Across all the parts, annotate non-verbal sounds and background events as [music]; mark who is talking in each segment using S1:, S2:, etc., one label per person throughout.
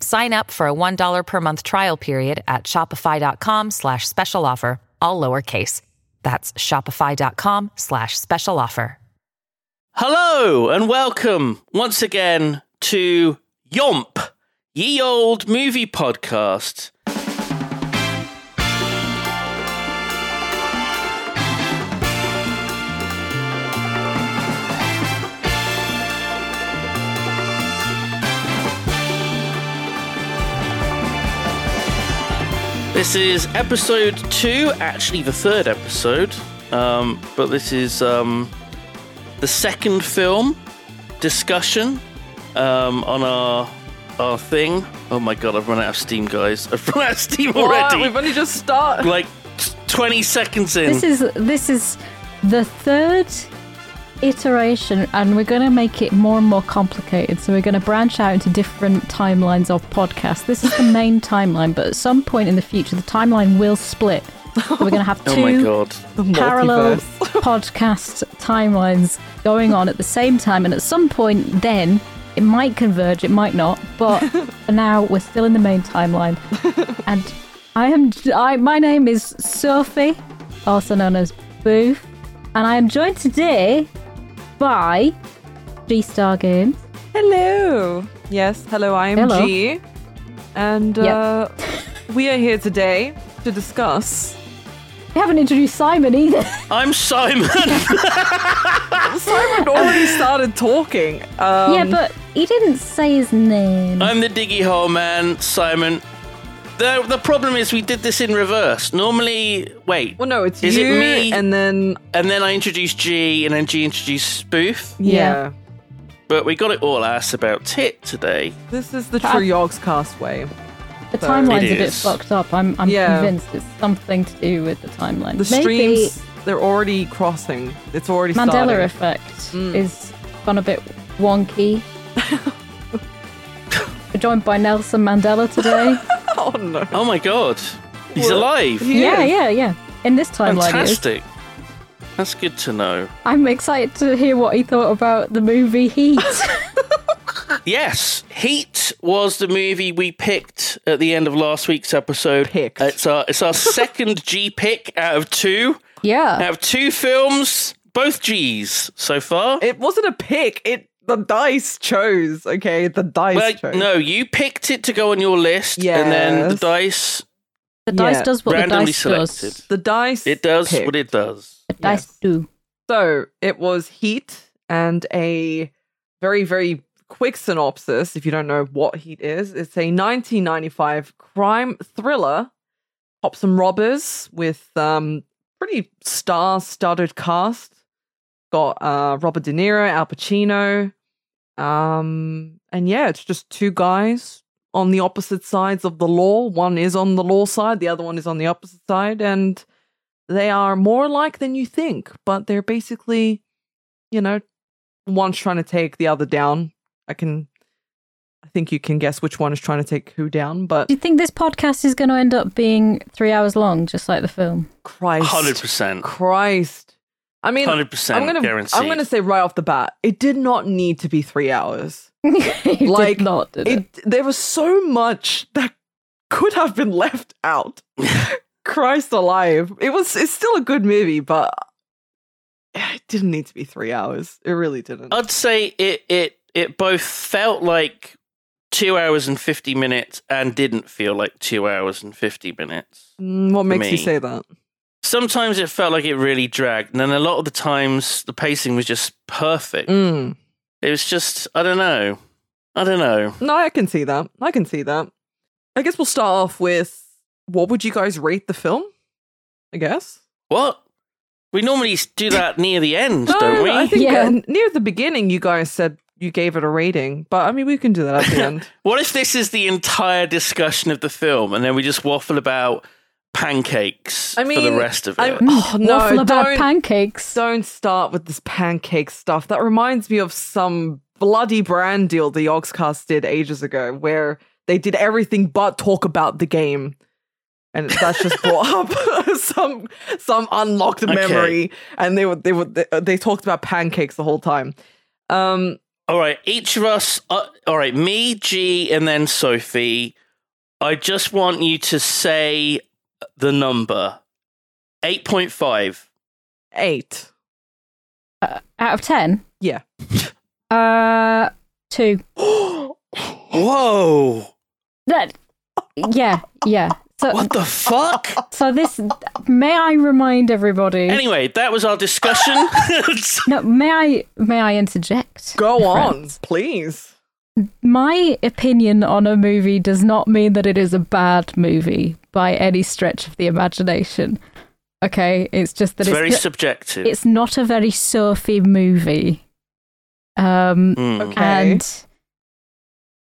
S1: Sign up for a $1 per month trial period at shopify.com slash special offer, all lowercase. That's shopify.com slash special offer.
S2: Hello and welcome once again to Yomp, Ye Old Movie Podcast. This is episode two, actually the third episode, um, but this is um, the second film discussion um, on our our thing. Oh my god, I've run out of steam, guys! [laughs] I've run out of steam already.
S3: We've only just started.
S2: like t- twenty seconds in.
S4: This is this is the third iteration, and we're going to make it more and more complicated. So we're going to branch out into different timelines of podcasts. This is the
S2: [laughs]
S4: main timeline, but at some point in the future, the timeline will split. So we're going to have
S2: [laughs] oh my
S4: two
S2: god!
S4: parallel podcast timelines going on at the same time, and at some point, then. It might converge, it might not, but for now we're still in the main timeline. And I am. I, my name is Sophie, also known as Booth, and I am joined today by G Star Games.
S3: Hello. Yes, hello, I am
S4: Hello.
S3: G. And
S4: Yep.
S3: uh, we are here today
S4: [laughs]
S3: to discuss.
S4: We haven't introduced Simon either.
S2: I'm Simon. [laughs]
S3: Simon already started talking. Um,
S4: yeah, but he didn't say his name.
S2: I'm the diggy hole man, Simon. The the problem is we did this in reverse. Normally, wait.
S3: Well, no, it's
S2: Is it
S3: you
S2: me?
S3: and then.
S2: And then I introduced G, and then G introduced Spoof.
S3: Yeah.
S2: But we got it all ass about tit today.
S3: This is the
S4: That-
S3: true Yorks cast way.
S4: the timeline's
S2: It
S4: a bit
S2: is.
S4: fucked up. I'm, I'm
S3: Yeah.
S4: convinced it's something to do with the timeline.
S3: The
S4: Maybe
S3: streams, they're already crossing. It's already
S4: Mandela
S3: starting.
S4: effect is gone a bit wonky. We're joined by Nelson Mandela today.
S3: Oh, no.
S2: Oh my god, he's
S3: Well,
S2: alive!
S3: he
S4: yeah,
S3: is.
S4: yeah, yeah. In this timeline, it is.
S2: Fantastic. That's good to know.
S4: I'm excited to hear what he thought about the movie Heat.
S2: Yes, Heat was the movie we picked at the end of last week's episode.
S3: Picked.
S2: It's our it's our [laughs] second G pick out of two.
S4: yeah.
S2: Out of two films, both G's so far.
S3: It wasn't a pick. It The dice chose, okay? The dice
S2: Well,
S3: chose.
S2: no, you picked it to go on your list, and then the
S3: Yes.
S2: dice
S4: The dice
S3: yeah.
S4: does what the
S2: randomly
S4: dice
S2: selected.
S4: does.
S3: The dice.
S2: It does
S3: picked.
S2: what it does.
S4: The dice
S3: Yes.
S4: do.
S3: So it was Heat and a very, very quick synopsis. If you don't know what Heat is, it's a 1995 crime thriller, cops and robbers with um pretty star-studded cast. Got uh Robert De Niro, Al Pacino, um, and yeah, it's just two guys on the opposite sides of the law. One is on the law side, the other one is on the opposite side, and they are more alike than you think, but they're basically, you know, one's trying to take the other down. I can, I think you can guess which one is trying to take who down, but
S4: Do you think this podcast is going to end up being three hours long, just like the film? [laughs]
S3: Christ,
S2: Hundred percent.
S3: Christ. I mean,
S2: Hundred
S3: I'm
S2: percent
S3: gonna,
S2: guaranteed.
S3: I'm gonna say right off the bat, it did not need to be three hours.
S4: It did
S3: Like,
S4: not, did it?
S3: It, there was so much that could have been [laughs] left
S2: [laughs]
S3: out. Christ alive. It was it's still a good movie, but it didn't need to be three hours. It really didn't.
S2: I'd say it it it both felt like two hours and fifty minutes and didn't feel like two hours and fifty minutes.
S3: Mm, what
S2: for
S3: makes
S2: me.
S3: you say that?
S2: sometimes it felt like it really dragged, and then a lot of the times the pacing was just perfect.
S3: Mm.
S2: It was just I don't know, I don't know.
S3: No, I can see that. I can see that. I guess we'll start off with what would you guys rate the film? I guess.
S2: What we normally do that near the end, don't we?
S3: I think
S4: Yeah.
S3: uh, near the beginning you guys said you gave it a rating, but I mean we can do that at
S4: [laughs]
S3: the end.
S2: What if this is the entire discussion of the film, and then we just waffle about pancakes
S3: I
S2: for
S3: mean,
S2: the rest of it?
S3: I'm- Oh, no,
S4: Mm, Waffle about
S3: don't-
S4: pancakes.
S3: Don't start with this pancake stuff. That reminds me of some bloody brand deal the Oxcast did ages ago where they did everything but talk about the game. And that's just
S4: [laughs]
S3: brought up [laughs] some some unlocked
S2: Okay.
S3: memory, and they were they were they, uh, they talked about pancakes the whole time. Um,
S2: All right, each of us. Uh, all right, me, G, and then Sophie. I just want you to say the number eight point five.
S3: eight.
S4: Out of 10?
S3: Yeah.
S4: Uh,
S3: [gasps]
S4: two.
S2: Whoa!
S4: That, yeah, yeah. So,
S2: What the
S3: [laughs]
S2: fuck?
S4: so this, may I remind everybody?
S2: anyway, that was our
S3: [laughs]
S2: discussion. [laughs]
S4: no, may I, may I interject?
S3: Go on,
S4: friends?
S3: please.
S4: My opinion on a movie does not mean that it is a bad movie by any stretch of the imagination. Okay, it's just that
S2: it's
S4: it's
S2: very
S4: not,
S2: subjective.
S4: it's not a very surfy movie. Um,
S2: Hmm.
S3: Okay.
S4: and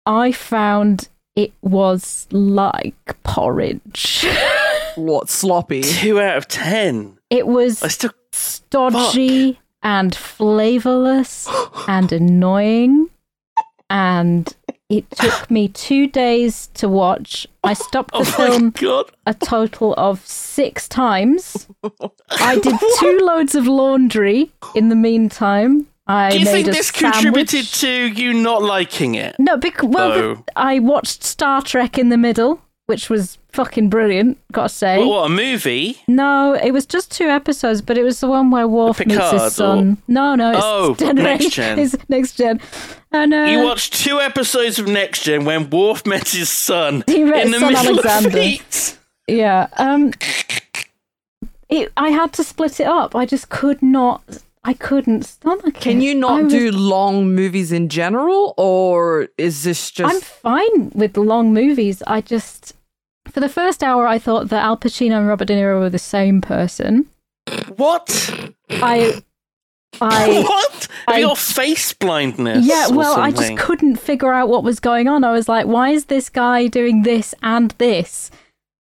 S4: I found it was like porridge. [laughs]
S3: What sloppy?
S2: Two out of ten.
S4: It
S2: I
S4: was
S2: still.
S4: stodgy and
S2: [gasps]
S4: flavorless and annoying. And it
S2: [laughs]
S4: took me two days to watch. I stopped the
S2: Oh my
S4: film
S2: god!
S4: a total of six times.
S2: [laughs]
S4: I
S3: [laughs]
S4: did two loads of laundry in the meantime. I
S2: Do you
S4: made
S2: think
S4: a
S2: this
S4: sandwich.
S2: contributed to you not liking it?
S4: No, bec- well,
S2: Though-
S4: bec- I watched Star Trek in the middle, which was fucking brilliant. Gotta say.
S2: Well, what a movie!
S4: No, it was just two episodes, but it was the one where Worf meets
S2: Picard or-
S4: his son. No, no, it's
S2: Oh,
S4: [laughs] generation.
S2: Next Gen.
S4: It's next gen. And uh,
S2: You watched two episodes of Next Gen when Worf met his son
S4: [laughs] He met
S2: in the
S4: son
S2: middle of
S4: Alexander.
S2: it.
S4: yeah. Um, it, I had to split it up. I just could not. I couldn't stomach it.
S3: Can you
S4: I
S3: not
S4: was-
S3: do long movies in general, or is this
S4: I'm
S3: just
S4: fine with long movies. I just for the first hour, I thought that Al Pacino and Robert De Niro were the same person.
S2: What?
S4: I, I.
S2: [laughs] what?
S4: I-
S2: Your face blindness.
S4: Yeah,
S2: or
S4: well, I just
S2: something.
S4: couldn't figure out what was going on. I was like, why is this guy doing this and this?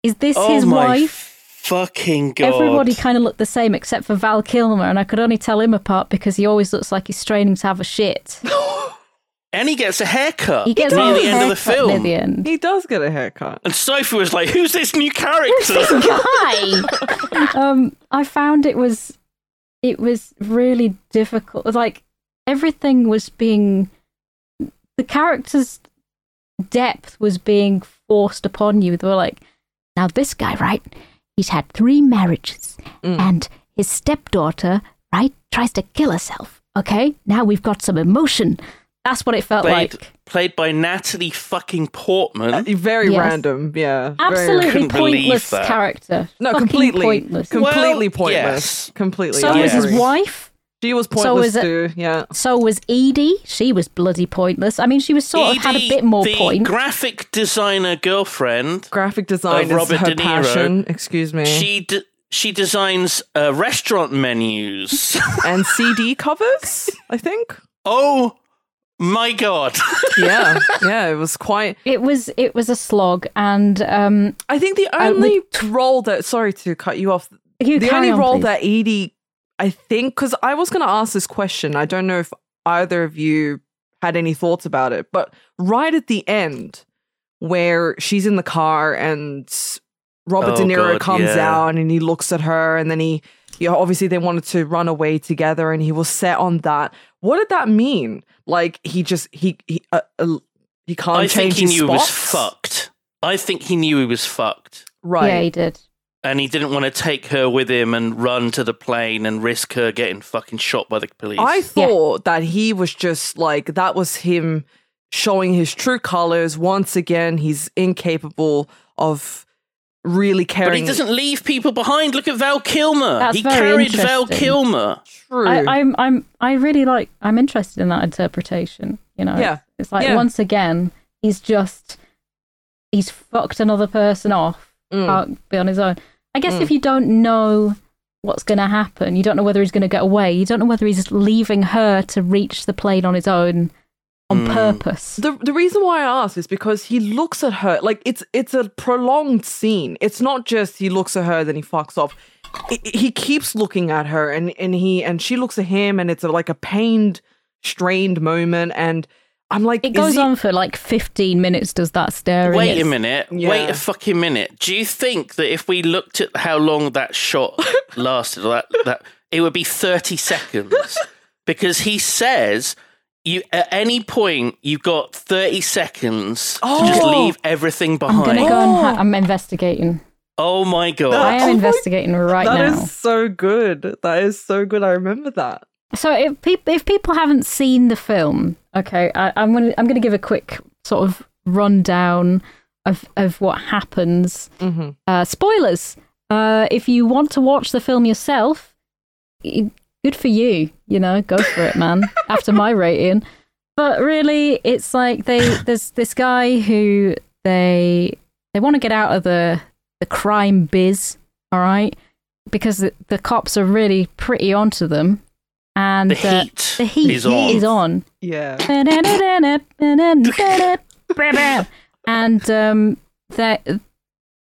S4: Is this
S2: Oh
S4: his
S2: my
S4: wife?
S2: Fucking god!
S4: Everybody kind of looked the same except for Val Kilmer, and I could only tell him apart because he always looks like he's straining to have
S2: [gasps]
S4: a shit.
S2: and he gets a haircut.
S4: He gets
S2: near
S4: a
S2: the end of the
S4: haircut
S2: film.
S4: Near the end.
S3: he does get a haircut?
S2: And Sophie was like, "Who's this new character?"
S4: [laughs] Hi. um, I found it was it was really difficult. Like everything was being the characters' depth was being forced upon you. They were like, now this guy, right? He's had three marriages,
S3: Mm.
S4: and his stepdaughter, right, tries to kill herself. Okay, now we've got some emotion. That's what it felt
S2: played,
S4: like.
S2: played by Natalie fucking Portman.
S3: Uh, Very
S4: Yes.
S3: random, yeah. very-
S4: Absolutely
S2: Couldn't believe
S4: pointless
S2: that.
S4: character.
S3: [laughs] no,
S4: Fucking
S3: completely,
S4: pointless.
S3: completely
S2: Well,
S3: pointless.
S2: yes.
S3: Completely.
S4: So
S3: I
S4: was his
S3: agree.
S4: wife.
S3: She was
S4: so
S3: pointless
S4: was it-
S3: too. Yeah.
S4: So was Edie. She was bloody pointless. I mean, she was sort of had a
S2: Edie,
S4: bit more
S2: the
S4: point.
S2: Graphic designer girlfriend.
S3: Graphic design
S2: Of
S3: is
S2: Robert
S3: her
S2: De Niro.
S3: passion. Excuse
S4: eh.
S3: me.
S2: She d- she designs uh, restaurant menus. [laughs]
S3: and CD covers, I think.
S2: oh my god! [laughs]
S3: Yeah, yeah. It was quite.
S4: it was it was a slog, and um,
S3: I think the
S4: I would-
S3: only role that. Sorry to cut you off.
S4: you
S3: the
S4: carry
S3: only
S4: on,
S3: role
S4: please.
S3: that Edie, I think, because I was going to ask this question. I don't know if either of you had any thoughts about it, but right at the end, where she's in the car and Robert
S2: Oh,
S3: De Niro
S2: God,
S3: comes
S2: yeah.
S3: out and he looks at her, and then he, you know, obviously they wanted to run away together, and he was set on that. What did that mean? Like he just he he uh, uh, he can't
S2: I think
S3: change
S2: he
S3: his
S2: knew he was
S3: spots?
S2: fucked. I think he knew he was fucked.
S3: Right.
S4: Yeah, he did.
S2: and he didn't want to take her with him and run to the plane and risk her getting fucking shot by the police.
S3: I thought that he was just like that was him showing his true colors once again. He's incapable of really caring.
S2: But he doesn't leave people behind. Look at Val Kilmer.
S4: That's
S2: he
S4: very
S2: carried Val
S4: interesting.
S2: Kilmer.
S3: True.
S4: I, I'm I'm I really like I'm interested in that interpretation. You know,
S3: Yeah.
S4: it's like
S3: Yeah.
S4: once again he's just he's fucked another person off,
S3: Mm.
S4: can't be on his own. I guess if you don't know what's going to happen, you don't know whether he's going to get away. You don't know whether he's leaving her to reach the plane on his own on
S3: Mm.
S4: purpose.
S3: The the reason why I ask is because he looks at her like it's it's a prolonged scene. It's not just he looks at her then he fucks off. I- I- he keeps looking at her and and he and she looks at him and it's a, like a pained, strained moment. And I'm like,
S4: It
S3: is
S4: goes
S3: he-
S4: on for like 15 minutes. Does that staring?
S2: Wait a
S4: It's-
S2: minute.
S3: Yeah.
S2: Wait a fucking minute. Do you think that if we looked at how long that
S4: [laughs]
S2: shot lasted, that that it would be thirty
S4: [laughs]
S2: seconds? Because he says you at any point you've got thirty seconds to just
S3: Oh.
S2: leave everything
S4: I'm
S2: behind.
S4: gonna go and ha-
S3: Oh.
S4: I'm investigating.
S2: oh my god.
S4: I
S3: Oh
S4: am
S3: my-
S4: investigating right
S3: That
S4: now.
S3: is so good. That is so good. I remember that.
S4: So if peop if people haven't seen the film, okay, I, I'm gonna I'm gonna give a quick sort of rundown of of what happens.
S3: Mhm.
S4: Uh, spoilers. Uh, if you want to watch the film yourself, y- good for you. You know, go for
S2: [laughs]
S4: it, man. After my rating, but really, it's like they there's this guy who they they want to get out of the the crime biz, all right, because the, the cops are really pretty onto them, and
S2: The
S4: uh,
S2: heat
S4: the heat
S2: is on.
S4: Is on.
S3: Yeah.
S4: and um, they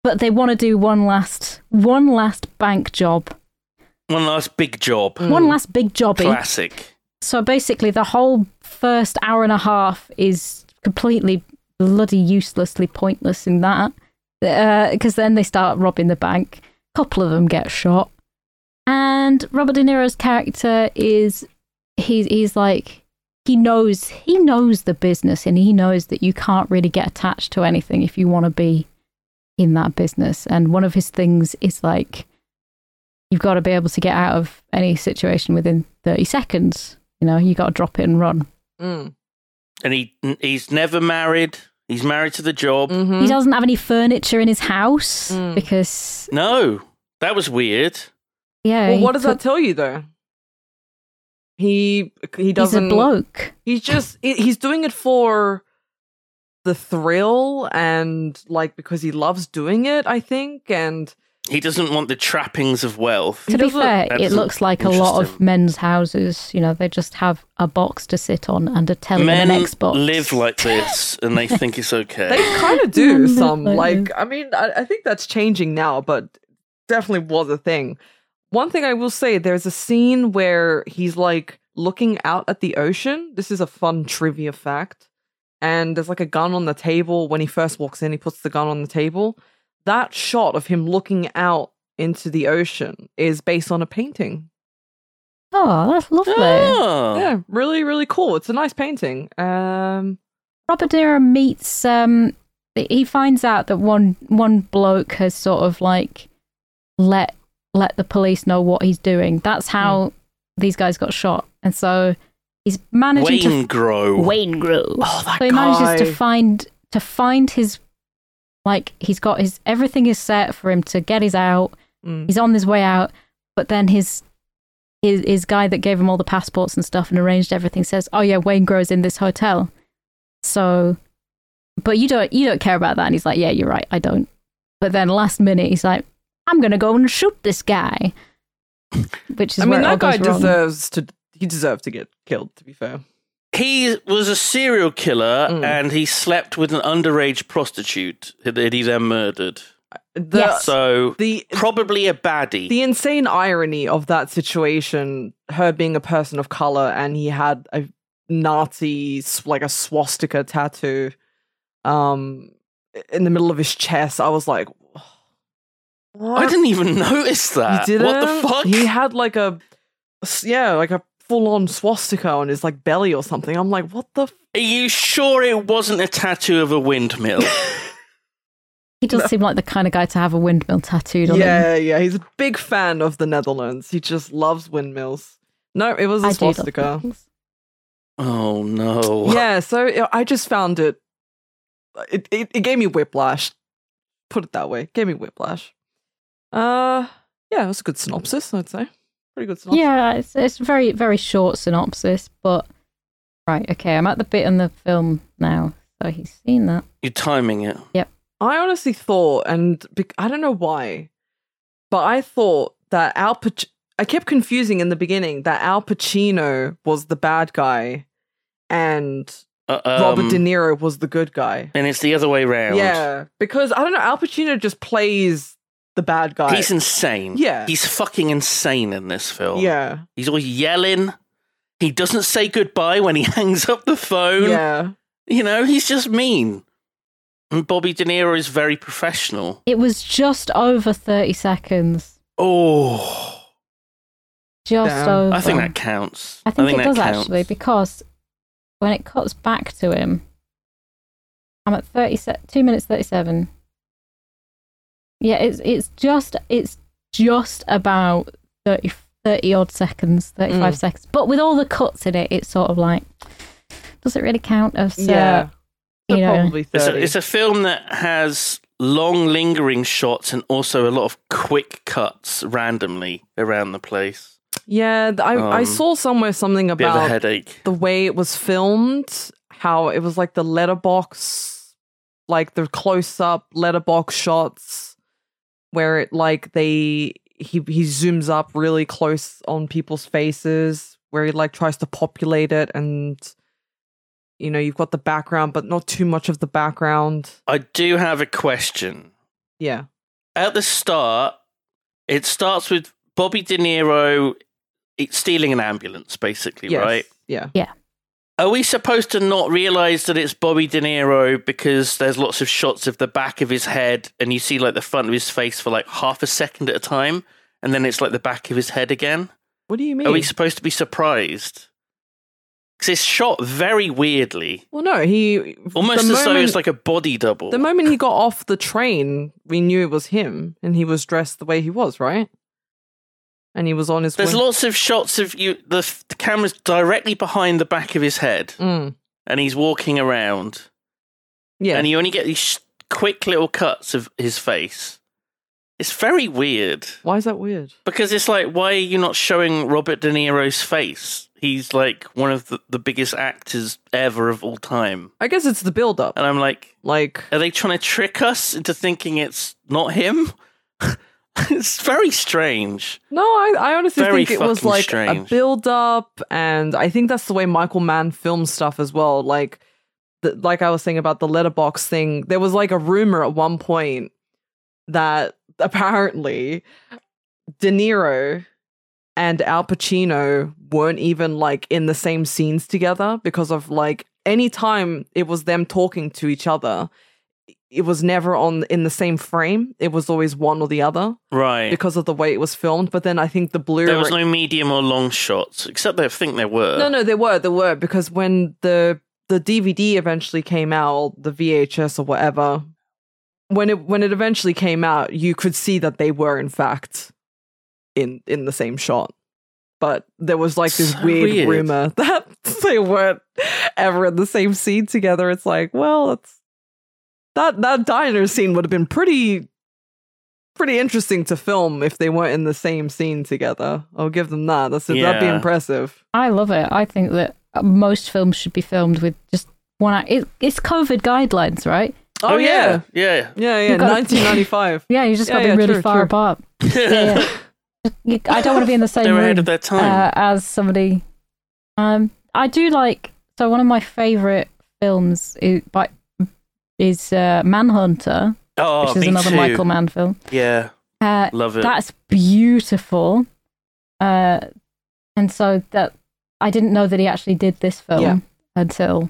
S4: but they want to do one last one last bank job,
S2: One last big job.
S4: one last Mm, big jobby.
S2: Classic.
S4: So basically, the whole first hour and a half is completely bloody uselessly pointless in that. Because then they start robbing the bank. A couple of them get shot. And Robert De Niro's character is he's he's like he knows he knows the business and he knows that you can't really get attached to anything if you want to be in that business. And one of his things is like you've got to be able to get out of any situation within 30 seconds. You know, you got to drop it and run.
S3: Mm.
S2: And he he's never married. He's married to the job.
S3: Mhm.
S4: He doesn't have any furniture in his house
S3: Mm.
S4: because,
S2: No. That was weird.
S4: yeah.
S3: Well,
S4: he
S3: what does
S4: took-
S3: that tell you though? He he
S4: He's
S3: doesn't
S4: a bloke.
S3: he's just he- he's doing it for the thrill and like because he loves doing it i think and
S2: He doesn't want the trappings of wealth.
S3: He
S4: To be
S3: doesn't-
S4: fair, it
S2: That's
S4: looks like a lot of
S2: interesting.
S4: men's houses. You know, they just have a box to sit on and a telly
S2: Men
S4: and an Xbox.
S2: live like this and they think it's
S3: they
S2: okay.
S3: kind of do
S4: Mm,
S3: some
S4: that's
S3: like
S4: nice.
S3: i mean I, I think that's changing now but definitely was a thing one thing i will say there's a scene where he's like looking out at the ocean this is a fun trivia fact and there's like a gun on the table when he first walks in he puts the gun on the table that shot of him looking out into the ocean is based on a painting
S4: Oh, that's [laughs] lovely.
S2: Ah.
S3: yeah, really, really cool. It's a nice painting. Um,
S4: Robert De Niro meets. Um, he finds out that one one bloke has sort of like let let the police know what he's doing.
S3: Mm.
S4: That's how these guys got shot, and so he's managing
S2: Wayne
S4: to
S2: Grow.
S4: Wayne Grew.
S3: oh, that
S4: So he manages to find to find his like he's got his everything is set for him to get his out.
S3: Mm.
S4: He's on his way out, but then his. His, his guy that gave him all the passports and stuff and arranged everything says, "Oh yeah, Wayne grows in this hotel." So, but you don't you don't care about that. And he's like, "Yeah, you're right, I don't." But then last minute, he's like, "I'm gonna go and shoot this guy," [laughs] which is
S3: I
S4: where
S3: mean,
S4: it all
S3: that guy
S4: goes wrong.
S3: deserves to. He deserved to get killed. To be fair.
S2: He was a serial killer
S3: Mm.
S2: and he slept with an underage prostitute that he then murdered.
S3: The,
S4: Yes.
S2: So
S3: The
S2: probably a baddie.
S3: the insane irony of that situation, her being a person of color, and he had a Nazi s- like a swastika tattoo, um, in the middle of his chest. I was like,
S2: I didn't even notice
S3: You
S2: that.
S3: didn't?
S2: What the fuck?
S3: He had like a, yeah, like a full on swastika on his like belly or something. I'm like, what the? F-?
S2: Are you sure it wasn't a tattoo of a
S3: [laughs]
S2: windmill?
S4: He does seem like the kind of guy to have a windmill tattooed on him.
S3: Yeah, yeah. He's a big fan of the Netherlands. He just loves windmills. No, it was a
S4: I do love
S3: swastika.
S4: things.
S2: oh no.
S3: Yeah, so I- I just found it. It, it, it gave me whiplash Put it that way. Gave me whiplash. Uh, yeah, it was a good synopsis, I'd say. Pretty good synopsis.
S4: Yeah, it's it's very very short synopsis, but right, okay, I'm at the bit in the film now, so he's seen that.
S2: You're timing it.
S3: I honestly thought, and bec- I don't know why, but I thought that Al Pac- I kept confusing in the beginning that Al Pacino was the bad guy and
S2: Uh, um,
S3: Robert De Niro was the good guy.
S2: And it's the other way round.
S3: Yeah, because I don't know, Al Pacino just plays the bad guy.
S2: He's insane.
S3: Yeah.
S2: He's fucking insane in this film.
S3: yeah,
S2: He's always yelling. He doesn't say goodbye when he [laughs] hangs up the phone.
S3: yeah,
S2: You know, he's just mean. And Bobby De Niro is very professional.
S4: It was just over thirty seconds,
S2: Oh,
S4: just
S3: Damn.
S4: over.
S2: I think that counts.
S4: I think, it
S2: that
S4: does
S2: counts.
S4: actually because when it cuts back to him, I'm at thirty se- two minutes thirty seven. Yeah, it's it's just it's just about 30, 30 odd seconds, thirty five
S3: Mm.
S4: seconds. But with all the cuts in it, it's sort of like does it really count? As, uh,
S3: yeah. So
S4: you know.
S3: probably
S2: It's a,
S3: thirty.
S2: it's a film that has long lingering shots and also a lot of quick cuts randomly around the place.
S3: yeah, th- I I
S2: um,
S3: saw somewhere something
S2: Bit of a
S3: about
S2: headache.
S3: the way it was filmed, how it was like the letterbox, like the close up letterbox shots, where it like they he he zooms up really close on people's faces, where he like tries to populate it, and you know you've got the background, but not too much of the background.
S2: I do have a question.
S3: Yeah,
S2: At the start, it starts with Bobby De Niro eh, stealing an ambulance, basically,
S3: Yes.
S2: right?
S3: Yeah,
S2: Are we supposed to not realize that it's Bobby De Niro because there's lots of shots of the back of his head and you see like the front of his face for like half a second at a time and then it's like the back of his head again?
S3: what do you mean?
S2: Are we supposed to be surprised? Because it's shot very weirdly,
S3: well, no, he
S2: almost
S3: the
S2: as though
S3: moment-
S2: it's like a body double.
S3: the moment he got off the train, we knew it was him, and he was dressed the way he was, right? And he was on his.
S2: There's
S3: way-
S2: lots of shots of you. The, f- the camera's directly behind the back of his head,
S3: Mm,
S2: and he's walking around,
S3: yeah,
S2: and you only get these sh- quick little cuts of his face. It's very weird.
S3: Why is that weird?
S2: Because it's like, why are you not showing Robert De Niro's face? He's like one of the, the biggest actors ever of all time.
S3: I guess it's the build up.
S2: And I'm like,
S3: Like,
S2: are they trying to trick us into thinking it's not him? [laughs] it's very strange.
S3: no, I, I honestly
S2: Very
S3: think it was
S2: fucking
S3: like a
S2: strange.
S3: build up, and I think that's the way Michael Mann films stuff as well. Like, the, like I was saying about the letterbox thing, there was like a rumor at one point that apparently De Niro and Al Pacino weren't even like in the same scenes together because of like any time it was them talking to each other, it was never on in the same frame. It was always one or the other.
S2: Right.
S3: because of the way it was filmed. But then I think the Blu-ray.
S2: there was no medium or long shots, except I think there were.
S3: no, no, there were, there were because when the the DVD eventually came out, the VHS or whatever, when it when it eventually came out, you could see that they were in fact in in the same shot. But there was like this
S2: So
S3: weird,
S2: weird.
S3: rumor [laughs] that they weren't ever in the same scene together. It's like, well, that's that that diner scene would have been pretty pretty interesting to film if they weren't in the same scene together. I'll give them that. That's that'd be
S2: Yeah.
S3: impressive.
S4: I love it. I think that most films should be filmed with just one. act- It, it's COVID guidelines, right?
S3: Oh, yeah.
S2: Yeah.
S3: Yeah, yeah.
S4: You
S3: [laughs]
S4: gotta-
S3: 1995.
S4: Yeah, you just
S3: Yeah,
S4: got to
S3: yeah,
S4: be really
S3: true,
S4: far
S3: true.
S4: apart.
S2: yeah.
S4: Yeah. You- I don't want to be in
S2: [laughs]
S4: the same
S2: they were ahead
S4: room.
S2: of their time.
S4: uh, as somebody. Um, I do like so one of my favorite films is by is uh, Manhunter,
S2: [laughs] oh,
S4: which is
S2: me
S4: another
S2: too.
S4: Michael Mann film.
S2: Yeah.
S4: Uh,
S2: Love it.
S4: that's beautiful, uh, and so that I didn't know that he actually did this film
S3: Yeah.
S4: until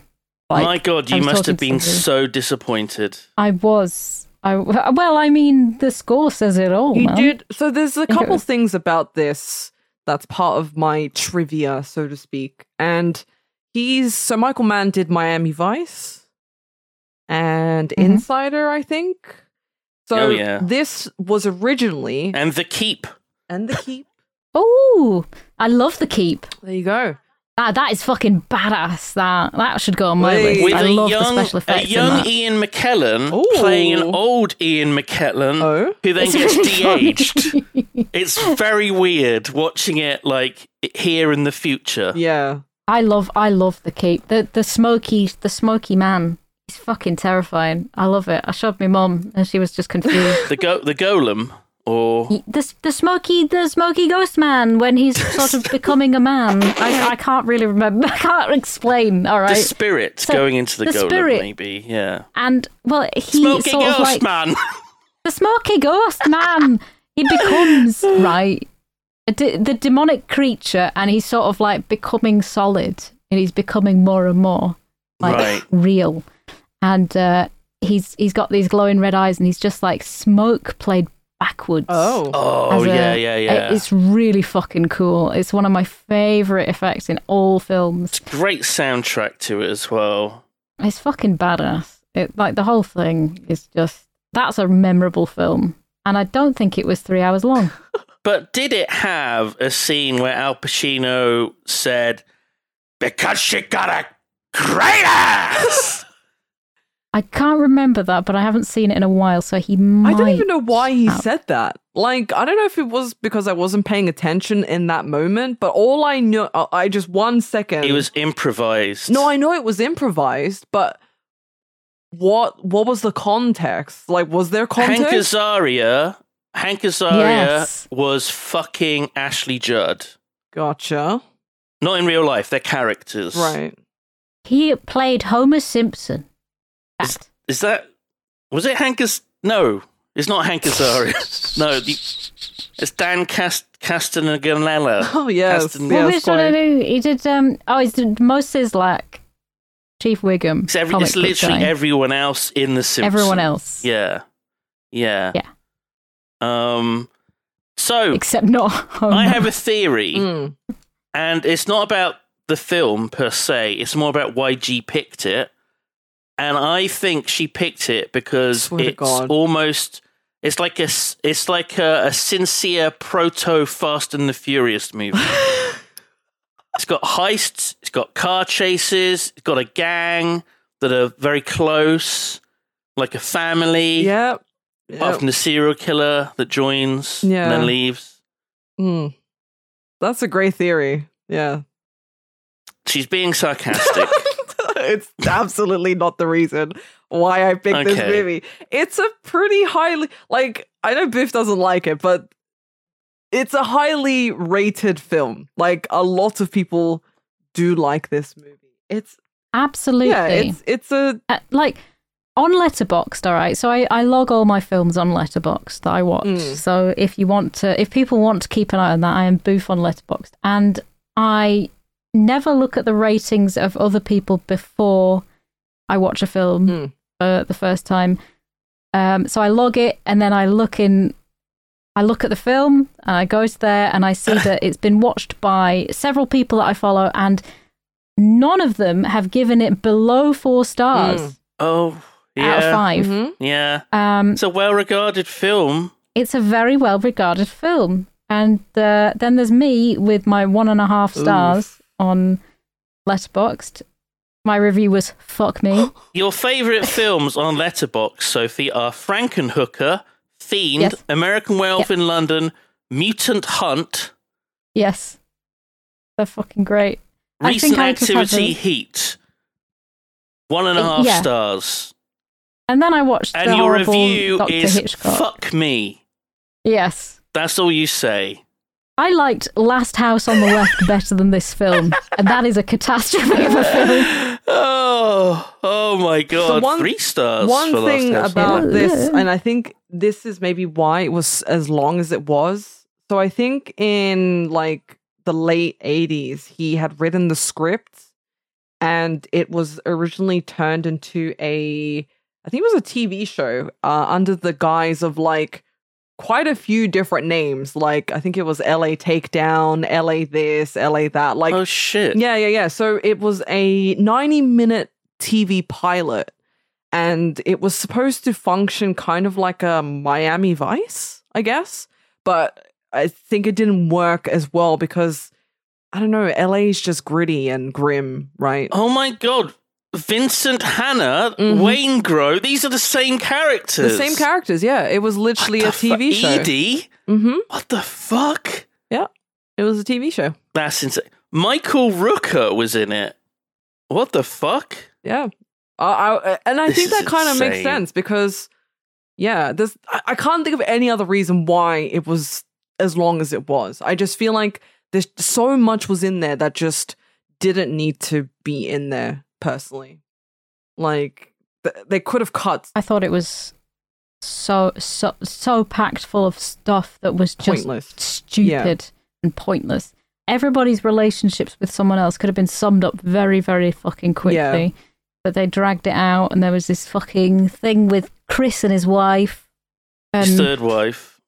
S4: like
S2: My God,
S4: I
S2: you
S4: was
S2: must
S4: talking
S2: have
S4: to
S2: been
S4: somebody.
S2: so disappointed.
S4: I was. I well, I mean, the score says it all.
S3: You
S4: Oh, man.
S3: did. So there's a
S4: think it
S3: couple
S4: was-
S3: things about this that's part of my trivia, so to speak. And he's so Michael Mann did Miami Vice and
S4: Mhm.
S3: Insider, I think. So
S2: Oh, yeah.
S3: this was originally
S2: And The Keep.
S3: and the keep.
S4: Oh, I love the keep.
S3: There you go.
S4: That, that is fucking badass. That that should go on my
S3: Wait.
S4: list.
S2: With
S4: I
S2: a
S4: love
S2: young,
S4: the special
S2: a
S4: effects. in
S2: young E-
S4: that.
S2: Ian McKellen
S3: Ooh.
S2: playing an old Ian McKellen
S3: Oh.
S2: who then
S4: It's
S2: gets
S4: really funny.
S2: de-aged.
S4: [laughs]
S2: it's very weird watching it like here in the future.
S3: Yeah.
S4: I love I love the cape. The the smoky the smoky man. He's fucking terrifying. I love it. I showed my mum and she was just
S2: [laughs]
S4: confused.
S2: The go the golem
S4: [laughs]
S2: or
S4: Y- the the smoky the smoky ghost man when he's
S2: [laughs]
S4: sort of becoming a man. I, I can't really remember. [laughs] I can't explain. All
S2: the
S4: right.
S2: spirit
S4: So,
S2: going into the,
S4: the
S2: golem
S4: spirit.
S2: maybe. Yeah.
S4: And well, he
S2: Smoking
S4: sort of
S2: ghost
S4: like [laughs]
S2: man.
S4: the smoky ghost man. he becomes right a de- the demonic creature, and he's sort of like becoming solid, and he's becoming more and more like
S2: Right.
S4: real. And uh, he's he's got these glowing red eyes, and he's just like smoke played backwards.
S3: Oh.
S2: Oh
S4: as a-
S2: yeah, yeah, yeah.
S4: It's really fucking cool. It's one of my favorite effects in all films.
S2: Great soundtrack to it as well.
S4: It's fucking badass. It like the whole thing is just that's a memorable film. And I don't think it was three hours long.
S2: But did it have a scene where Al Pacino said, "Because she got a great ass"?
S4: I can't remember that, but I haven't seen it in a while, so he might.
S3: I don't even know why he
S4: have.
S3: said that. Like, I don't know if it was because I wasn't paying attention in that moment, but all I know, I- I just one second.
S4: Um,
S2: it was improvised.
S3: No, I know it was improvised, but what what was the context? Like, was there
S2: Hank
S3: context?
S2: Azaria. Hank Azaria
S4: Yes.
S2: was fucking Ashley Judd.
S3: gotcha.
S2: Not in real life. They're characters.
S3: Right.
S4: He played Homer Simpson. That.
S2: Is that? Was it Hank? Az- no, it's not Hank
S4: [laughs]
S2: Azaria. no, the, it's Dan Cast Castanella.
S3: Oh yes.
S2: Castan-
S4: Well,
S3: yes,
S4: which one I
S3: quite.
S4: do? He did. Um, oh, he's did Mo Sizlak, Chief Wiggum.
S2: It's, every,
S4: comic
S2: it's
S4: book
S2: literally
S4: guy.
S2: everyone else in the Simpsons.
S4: everyone else.
S2: Yeah. Yeah.
S4: Yeah.
S2: Um so
S4: [laughs] Except not Homer.
S2: I have a theory
S3: Mm.
S2: and it's not about the film per se, it's more about why G picked it. And I think she picked it because
S3: Swear to
S2: it's
S3: God.
S2: almost it's like a s- it's like a, a sincere proto Fast and the Furious
S3: [laughs]
S2: movie. it's got heists, it's got car chases, it's got a gang that are very close, like a family.
S3: [laughs] Yep.
S2: Apart
S3: Yep.
S2: from the serial killer that joins and
S3: Yeah.
S2: then leaves.
S3: Mm. That's a great theory. Yeah.
S2: She's being
S4: [laughs]
S2: sarcastic.
S3: [laughs] it's absolutely not the reason why I picked this
S2: Okay.
S3: movie. It's a pretty highly like I know Biff doesn't like it, but it's a highly rated film. Like a lot of people do like this movie. It's
S4: Absolutely.
S3: yeah, it's it's a
S4: uh, like on letterboxd all right so I, I log all my films on letterboxd that i watch
S3: Mm.
S4: so if you want to if people want to keep an eye on that i am boof on letterboxd and i never look at the ratings of other people before i watch a film
S3: Mm.
S4: for the first time um, so i log it and then i look in i look at the film and i go to there and i see that it's been watched by several people that i follow and none of them have given it below four stars
S3: Mm.
S2: oh,
S4: out of
S2: yeah.
S4: 5
S3: Mhm.
S2: Yeah.
S4: Um,
S2: It's a well regarded film.
S4: it's a very well regarded film. And uh, then there's me with my one and a half stars on Letterboxd. My review was
S2: [gasps]
S4: fuck me.
S2: Your favourite
S4: [laughs]
S2: films on Letterbox, Sophie, are Frankenhooker, Fiend,
S4: Yes.
S2: American Werewolf in London, Mutant Hunt,
S4: yes, they're fucking great. I think
S2: Recent
S4: I just have
S2: Activity
S4: a-
S2: Heat. One and a
S4: Uh,
S2: half
S4: yeah.
S2: stars.
S4: And then I watched
S2: And
S4: the
S2: your
S4: horrible
S2: review
S4: Dr.
S2: is
S4: Hitchcock.
S2: fuck me.
S4: yes.
S2: That's all you say.
S4: I liked Last House on the Left better than
S2: [laughs]
S4: this film, and that is a catastrophe of a film.
S2: Oh, oh my god!
S3: one-
S2: Three stars.
S3: one
S2: for
S3: thing
S2: Last House.
S3: about
S4: Yeah.
S3: this,
S4: Yeah.
S3: and I think this is maybe why it was as long as it was. So I think in like the late 80s, he had written the script and it was originally turned into a, I think it was a TV show uh, under the guise of like quite a few different names. Like I think it was LA Takedown, LA this, LA that. Like
S2: oh shit!
S3: [laughs] yeah, yeah, yeah. So it was a 90 minute TV pilot and it was supposed to function kind of like a Miami Vice, I guess. But I think it didn't work as well because I don't know, LA's just gritty and grim, right?
S2: Oh my god. Vincent Hanna, Wayne Grow, these are the same
S3: Mm-hmm. the
S2: characters.
S3: same characters, yeah. It was literally a
S2: What the
S3: TV
S2: fu-
S3: show.
S2: Edie?
S3: Mm-hmm.
S2: What the fuck?
S3: Yeah. It was a TV show.
S2: That's insane. Michael Rooker was in it. What the fuck?
S3: Yeah. I, I, and I
S2: This
S3: think that
S2: is
S3: kind of makes
S2: insane.
S3: sense because, yeah, this I, I can't think of any other reason why it was as long as it was. I just feel like there's so much was in there that just didn't need to be in there personally. Like th- they could have cut
S4: I thought it was so so so packed full of stuff that was just
S3: Pointless.
S4: stupid and pointless. Everybody's relationships with someone else could have been summed up very very fucking quickly.
S3: Yeah.
S4: But they dragged it out and there was this fucking thing with Chris and his wife and
S2: His third wife.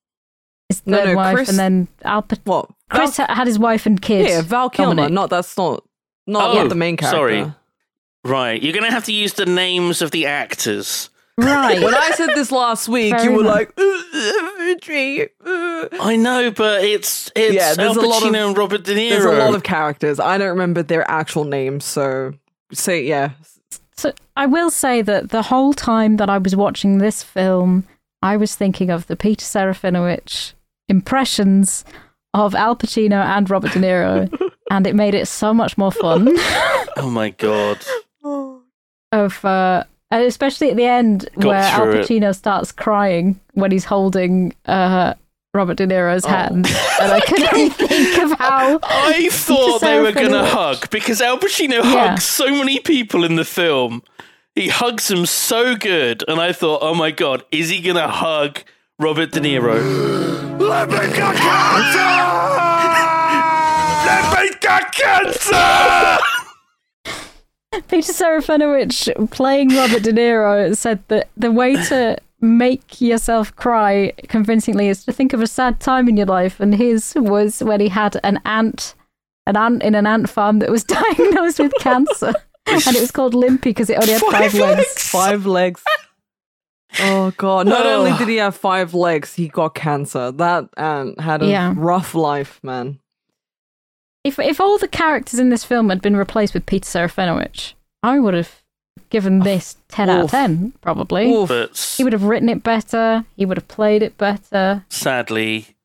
S4: his
S3: No,
S4: third
S3: no,
S4: wife
S3: Chris-
S4: and then Al Pat-
S3: what
S4: Chris ha- had his wife and
S3: Val,
S4: kids.
S3: yeah Val Kilmer.
S4: Dominic.
S3: Not that's not not, not
S2: Oh,
S3: the main character.
S2: sorry. Right. You're going to have to use the names of the actors.
S3: When
S4: right.
S3: I said this last week,
S4: Fair
S3: you were
S4: enough.
S3: like, "Ugh, Tree, ugh."
S2: I know, but it's it's
S3: Yeah,
S2: Al
S3: there's a lot of-
S2: Pacino and Robert De Niro.
S3: There's a lot of characters. I don't remember their actual names, so say yeah.
S4: So I will say that the whole time that I was watching this film, I was thinking of the Peter Serafinovich impressions of Al Pacino and Robert
S2: [laughs]
S4: De Niro, and it made it so much more fun.
S2: oh my
S3: [laughs]
S2: god.
S4: of uh, and especially at the end
S2: Got
S4: where Al
S2: through it.
S4: Pacino starts crying when he's holding uh, Robert De Niro's
S2: Oh.
S4: hand, and I
S2: [laughs]
S4: couldn't think of how.
S2: I thought they were going to
S4: Serafinovich.
S2: hug because Al Pacino
S4: Yeah.
S2: hugs so many people in the film. He hugs them so good, and I thought, oh my god, is he going to hug Robert De
S5: [laughs]
S2: Niro? [sighs]
S5: Let me get cancer! [laughs] Let me get cancer!
S4: Peter Serafinovich playing Robert De Niro said that the way to make yourself cry convincingly is to think of a sad time in your life, and his was when he had an ant, an ant in an ant farm that was [laughs] diagnosed with cancer, and it was called Limpy because it only had five, legs.
S3: Five legs. Oh god. Not
S2: Oh.
S3: only did he have five legs, he got cancer. That and had a
S4: Yeah.
S3: rough life, man.
S4: If if all the characters in this film had been replaced with Peter Serafinovich, I would have given this ten out of
S3: Oof.
S4: ten probably.
S3: Oof.
S2: But
S4: He would have written it better. He would have played it better.
S2: sadly,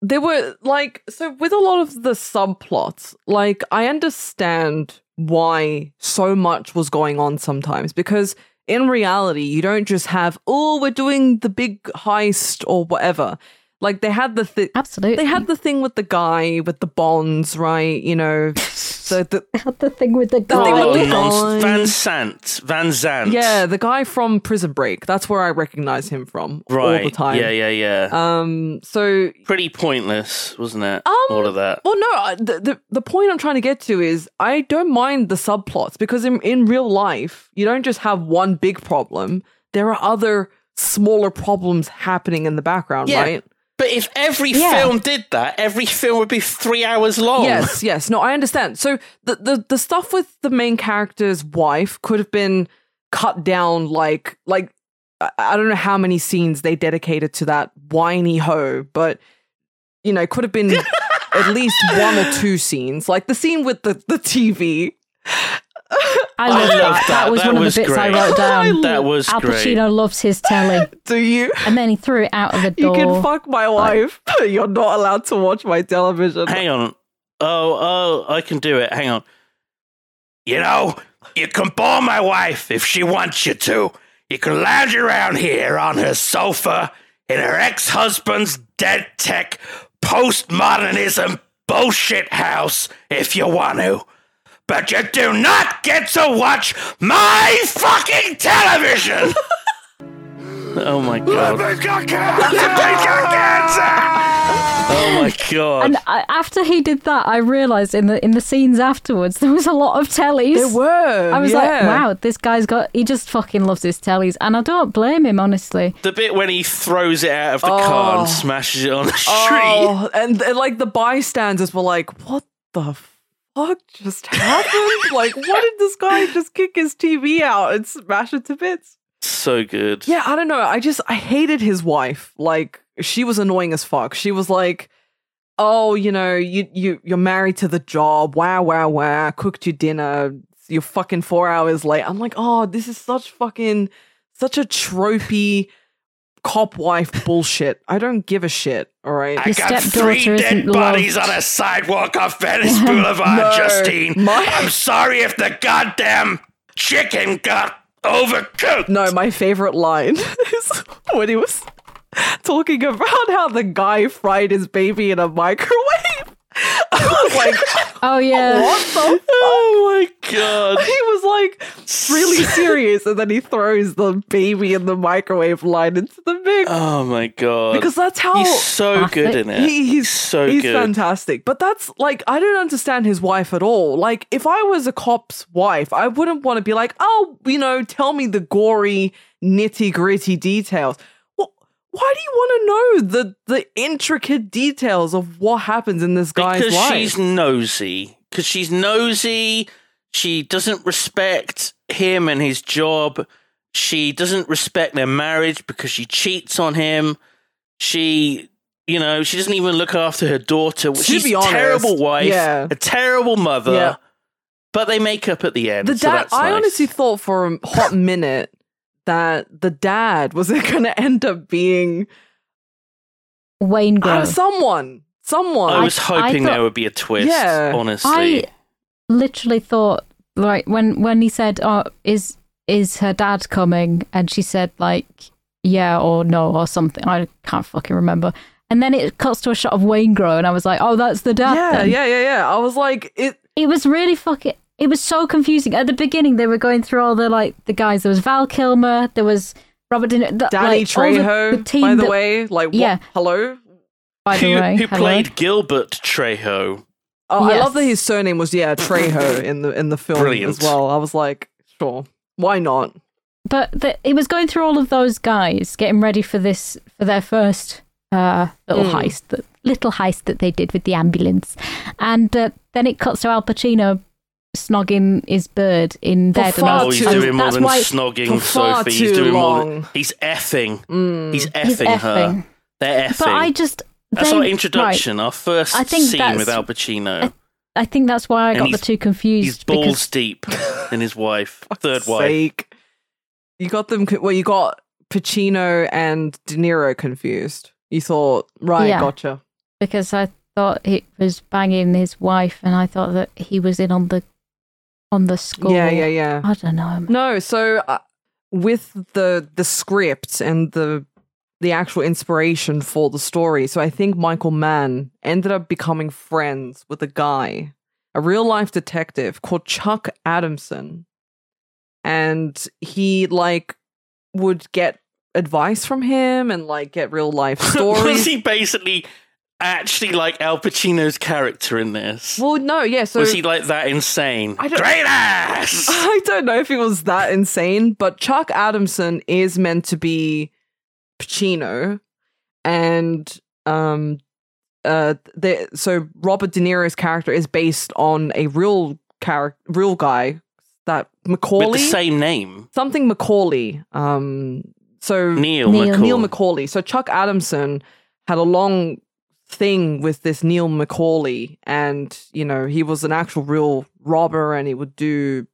S3: there were like so with a lot of the subplots like i understand why so much was going on sometimes because in reality you don't just have oh we're doing the big heist or whatever like they had the thi-
S4: Absolutely.
S3: they had the thing with the guy with the bonds right you know so the
S4: They had the thing with the
S3: The thing
S4: guy.
S2: Oh,
S3: with the-
S2: nonsense. Van
S3: guys.
S2: Sant. Van Zant.
S3: yeah the guy from prison break that's where i recognize him from
S2: Right.
S3: all the time
S2: Yeah, yeah, yeah.
S3: um so
S2: Pretty pointless, wasn't it?
S3: Um,
S2: All of that.
S3: Well, no, I- the, the the point I'm trying to get to is I don't mind the subplots because in in real life you don't just have one big problem. There are other smaller problems happening in the background,
S2: Yeah.
S3: right?
S2: But if every
S4: Yeah.
S2: film did that, every film would be three hours long.
S3: Yes, yes. No, I understand. So the, the the stuff with the main character's wife could have been cut down like like I, I don't know how many scenes they dedicated to that whiny hoe, but you know, it could have
S2: [laughs]
S3: been at least one or two scenes. Like the scene with the, the TV.
S4: I love that.
S2: love
S4: that.
S2: that.
S4: was
S2: That
S4: one
S2: was
S4: of the bits I
S2: great.
S4: wrote down.
S2: That was
S4: Al
S2: great.
S4: Pacino loves his telly,
S3: Do you
S4: and then he threw it out of the
S3: [laughs] you
S4: door.
S3: can fuck my wife, [laughs] but you're not allowed to watch my television.
S2: Hang on. Oh, oh, I can do it. Hang on.
S5: You know, you can bore my wife if she wants you to. You can lounge around here on her sofa in her ex husband's dead tech postmodernism bullshit house if you want to. But you do not get to watch my fucking television!
S2: [laughs] Oh my god.
S5: They've got cancer! They've got cancer!
S2: Oh my god.
S4: and I, after he did that, I realised in the in the scenes afterwards there was a lot of tellies.
S3: There were.
S4: I was like,
S3: yeah.
S4: wow, this guy's got, he just fucking loves his tellies. And I don't blame him, honestly.
S2: The bit when he throws it out of the car
S5: Oh.
S2: and smashes it on the street.
S3: Oh, and, and, like the bystanders were like, "What the fuck just happened? like, what did this guy just kick his TV out and smash it to bits?"
S2: So good.
S3: Yeah, I don't know. I just I hated his wife. Like she was annoying as fuck. She was like, oh, you know, you you you're married to the job. Wow, wow, wow. Cooked you dinner. You're fucking four hours late. I'm like, oh, this is such fucking such a tropey cop wife bullshit. I don't give a shit. All right.
S5: I
S4: Your
S5: got
S4: stepdaughter
S5: three dead
S4: isn't
S5: bodies
S4: loved.
S5: on a sidewalk off Venice Boulevard,
S3: No.
S5: Justine.
S3: My-
S5: I'm sorry if the goddamn chicken got overcooked.
S3: No, my favorite line [laughs] is when he was talking about how the guy fried his baby in a microwave. [laughs] I was like,
S4: Oh yeah.
S3: what the
S2: [laughs] Oh my god.
S3: He was
S2: [laughs]
S3: like really serious, and then he throws the baby in the microwave line into the mix
S2: Oh my god.
S3: because that's how
S2: he's so good in it.
S3: he, he's
S2: so
S3: he's
S2: good.
S3: fantastic. But that's like I don't understand his wife at all. Like if I was a cop's wife, I wouldn't want to be like, oh, you know, tell me the gory, nitty gritty details. Well, why do you want to know the the intricate details of what happens in this guy's
S2: because
S3: life?
S2: she's nosy. Because she's nosy. She doesn't respect him and his job. She doesn't respect their marriage because she cheats on him. She, you know, she doesn't even look after her daughter.
S3: To
S2: she's
S3: be
S2: a
S3: honest,
S2: terrible wife,
S3: yeah.
S2: a terrible mother.
S3: Yeah.
S2: But they make up at the end.
S3: the
S2: so
S3: dad
S2: that's
S3: i
S2: nice.
S3: honestly thought for a hot minute that the dad was [laughs] going to end up being
S4: Wayne
S3: uh,
S4: Grove.
S3: someone someone
S2: I was
S4: I
S2: hoping
S4: thought-
S2: there would be a twist.
S3: Yeah.
S2: honestly,
S4: I literally thought like when when he said, "Oh, is is her dad coming?" and she said like, "Yeah" or "No" or something. I can't fucking remember. And then it cuts to a shot of Wayne Grow, and I was like, "Oh, that's the dad."
S3: yeah
S4: then.
S3: yeah yeah yeah i was like it
S4: It was really fucking. It was so confusing. At the beginning, they were going through all the like the guys. There was Val Kilmer. There was Robert De Niro. th-
S3: danny
S4: like, all
S3: trejo by the
S4: that-
S3: way like what,
S4: Yeah.
S3: hello
S4: By the
S2: who,
S4: way,
S2: who
S4: hello.
S2: played Gilbert Trejo?
S3: oh i
S4: Yes.
S3: love that his surname was
S2: [laughs]
S3: yeah trejo in the in the film
S2: Brilliant.
S3: as well i was like sure why not
S4: but the, it was going through all of those guys getting ready for this for their first uh,
S2: Hmm.
S4: little
S3: Mm.
S4: heist, the little heist that they did with the ambulance, and uh, then it cuts to Al Pacino snogging his bird in
S3: For
S4: bed. and I
S3: far
S2: Oh,
S4: was-
S2: he's
S3: too-
S4: and
S2: doing more
S4: that's
S2: than
S4: why
S2: snogging
S3: for far
S2: Sophie. He's
S3: too
S2: doing more. Than,
S3: long.
S2: he's effing.
S3: Mm.
S2: He's effing
S4: he's
S2: her.
S4: effing.
S2: They're effing.
S4: But I just
S2: that's
S4: they-
S2: our
S4: right.
S2: introduction. Our first
S4: I think
S2: scene
S4: that's-
S2: with Al Pacino.
S4: I think that's why I
S2: And
S4: got the
S2: he's-
S4: two confused.
S2: he's balls
S4: because-
S2: deep in his wife, third
S3: fuck's
S2: wife. [laughs]
S3: sake. You got them. co- Well, you got Pacino and De Niro confused. You thought, right,
S4: Yeah.
S3: gotcha.
S4: because I thought he was banging his wife, and I thought that he was in on the on the score.
S3: Yeah, yeah, yeah.
S4: I don't know.
S3: No, so uh, with the the script and the the actual inspiration for the story, so I think Michael Mann ended up becoming friends with a guy, a real life detective called Chuck Adamson, and he like would get advice from him and like get real life
S2: [laughs] Was
S3: stories.
S2: he basically actually like Al Pacino's character in this?
S3: well, no, yeah. So
S2: Was he like that insane?
S3: I don't-
S2: Great ass.
S3: [laughs] I don't know if he was that insane, but Chuck Adamson is meant to be Pacino, and um, uh, the, so Robert De Niro's character is based on a real character, real guy that
S2: With the
S3: Macaulay,
S2: same name,
S3: something Macaulay. Um, so
S2: Neil,
S4: Neil.
S2: McCall.
S3: Neil Macaulay. So Chuck Adamson had a long thing with this Neil Macaulay, and you know he was an actual real robber, and he would do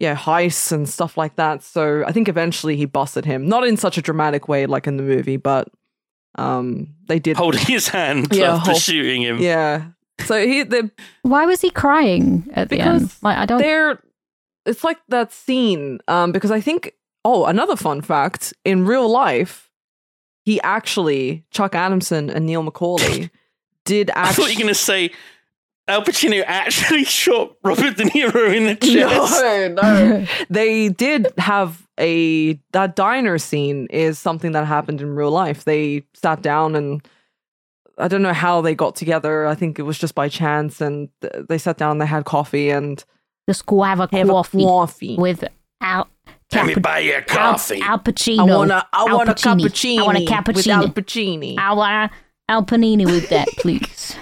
S3: yeah heists and stuff like that. So I think eventually he busted him, not in such a dramatic way like in the movie, but um they did.
S2: holding his hand
S3: Yeah,
S2: after
S3: hold-
S2: shooting him.
S3: yeah. So he they
S4: Why was he crying at the
S3: Because
S4: end? Like
S2: Oh.
S4: I don't.
S3: they're it's like that scene um because i think oh another fun fact in real life he actually chuck adamson and neil
S2: [laughs]
S3: macaulay did
S2: I thought
S3: actually
S2: you were going to say Al Pacino actually [laughs] shot Robert De Niro in the chest.
S3: no, no. they did have a that diner scene is something that happened in real life. They sat down and I don't know how they got together. I think it was just by chance, and th- they sat down. They had coffee and
S4: just go have a
S3: have
S4: coffee
S3: a coffee.
S4: with Al.
S5: Let me
S4: Capu-
S5: buy you a coffee.
S4: Al, Al Pacino.
S3: I want a, I
S4: Al
S3: want a
S4: Pacini.
S3: cappuccino.
S4: I want a
S3: With Al
S4: cappuccino.
S3: Pacini.
S4: I want a Al Panini with
S3: [laughs]
S4: that, please.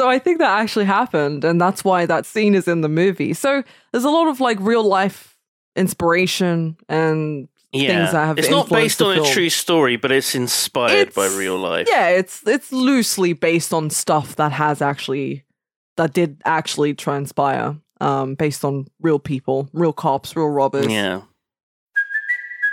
S3: So I think that actually happened, and that's why that scene is in the movie. So there's a lot of like real life inspiration and
S2: yeah.
S3: things that have
S2: it's not
S3: influenced
S2: based
S3: the
S2: on a
S3: film.
S2: true story, but it's inspired by
S3: It's-
S2: real life.
S3: Yeah, it's it's loosely based on stuff that has actually that did actually transpire. Um, based on real people, real cops, real robbers.
S2: yeah.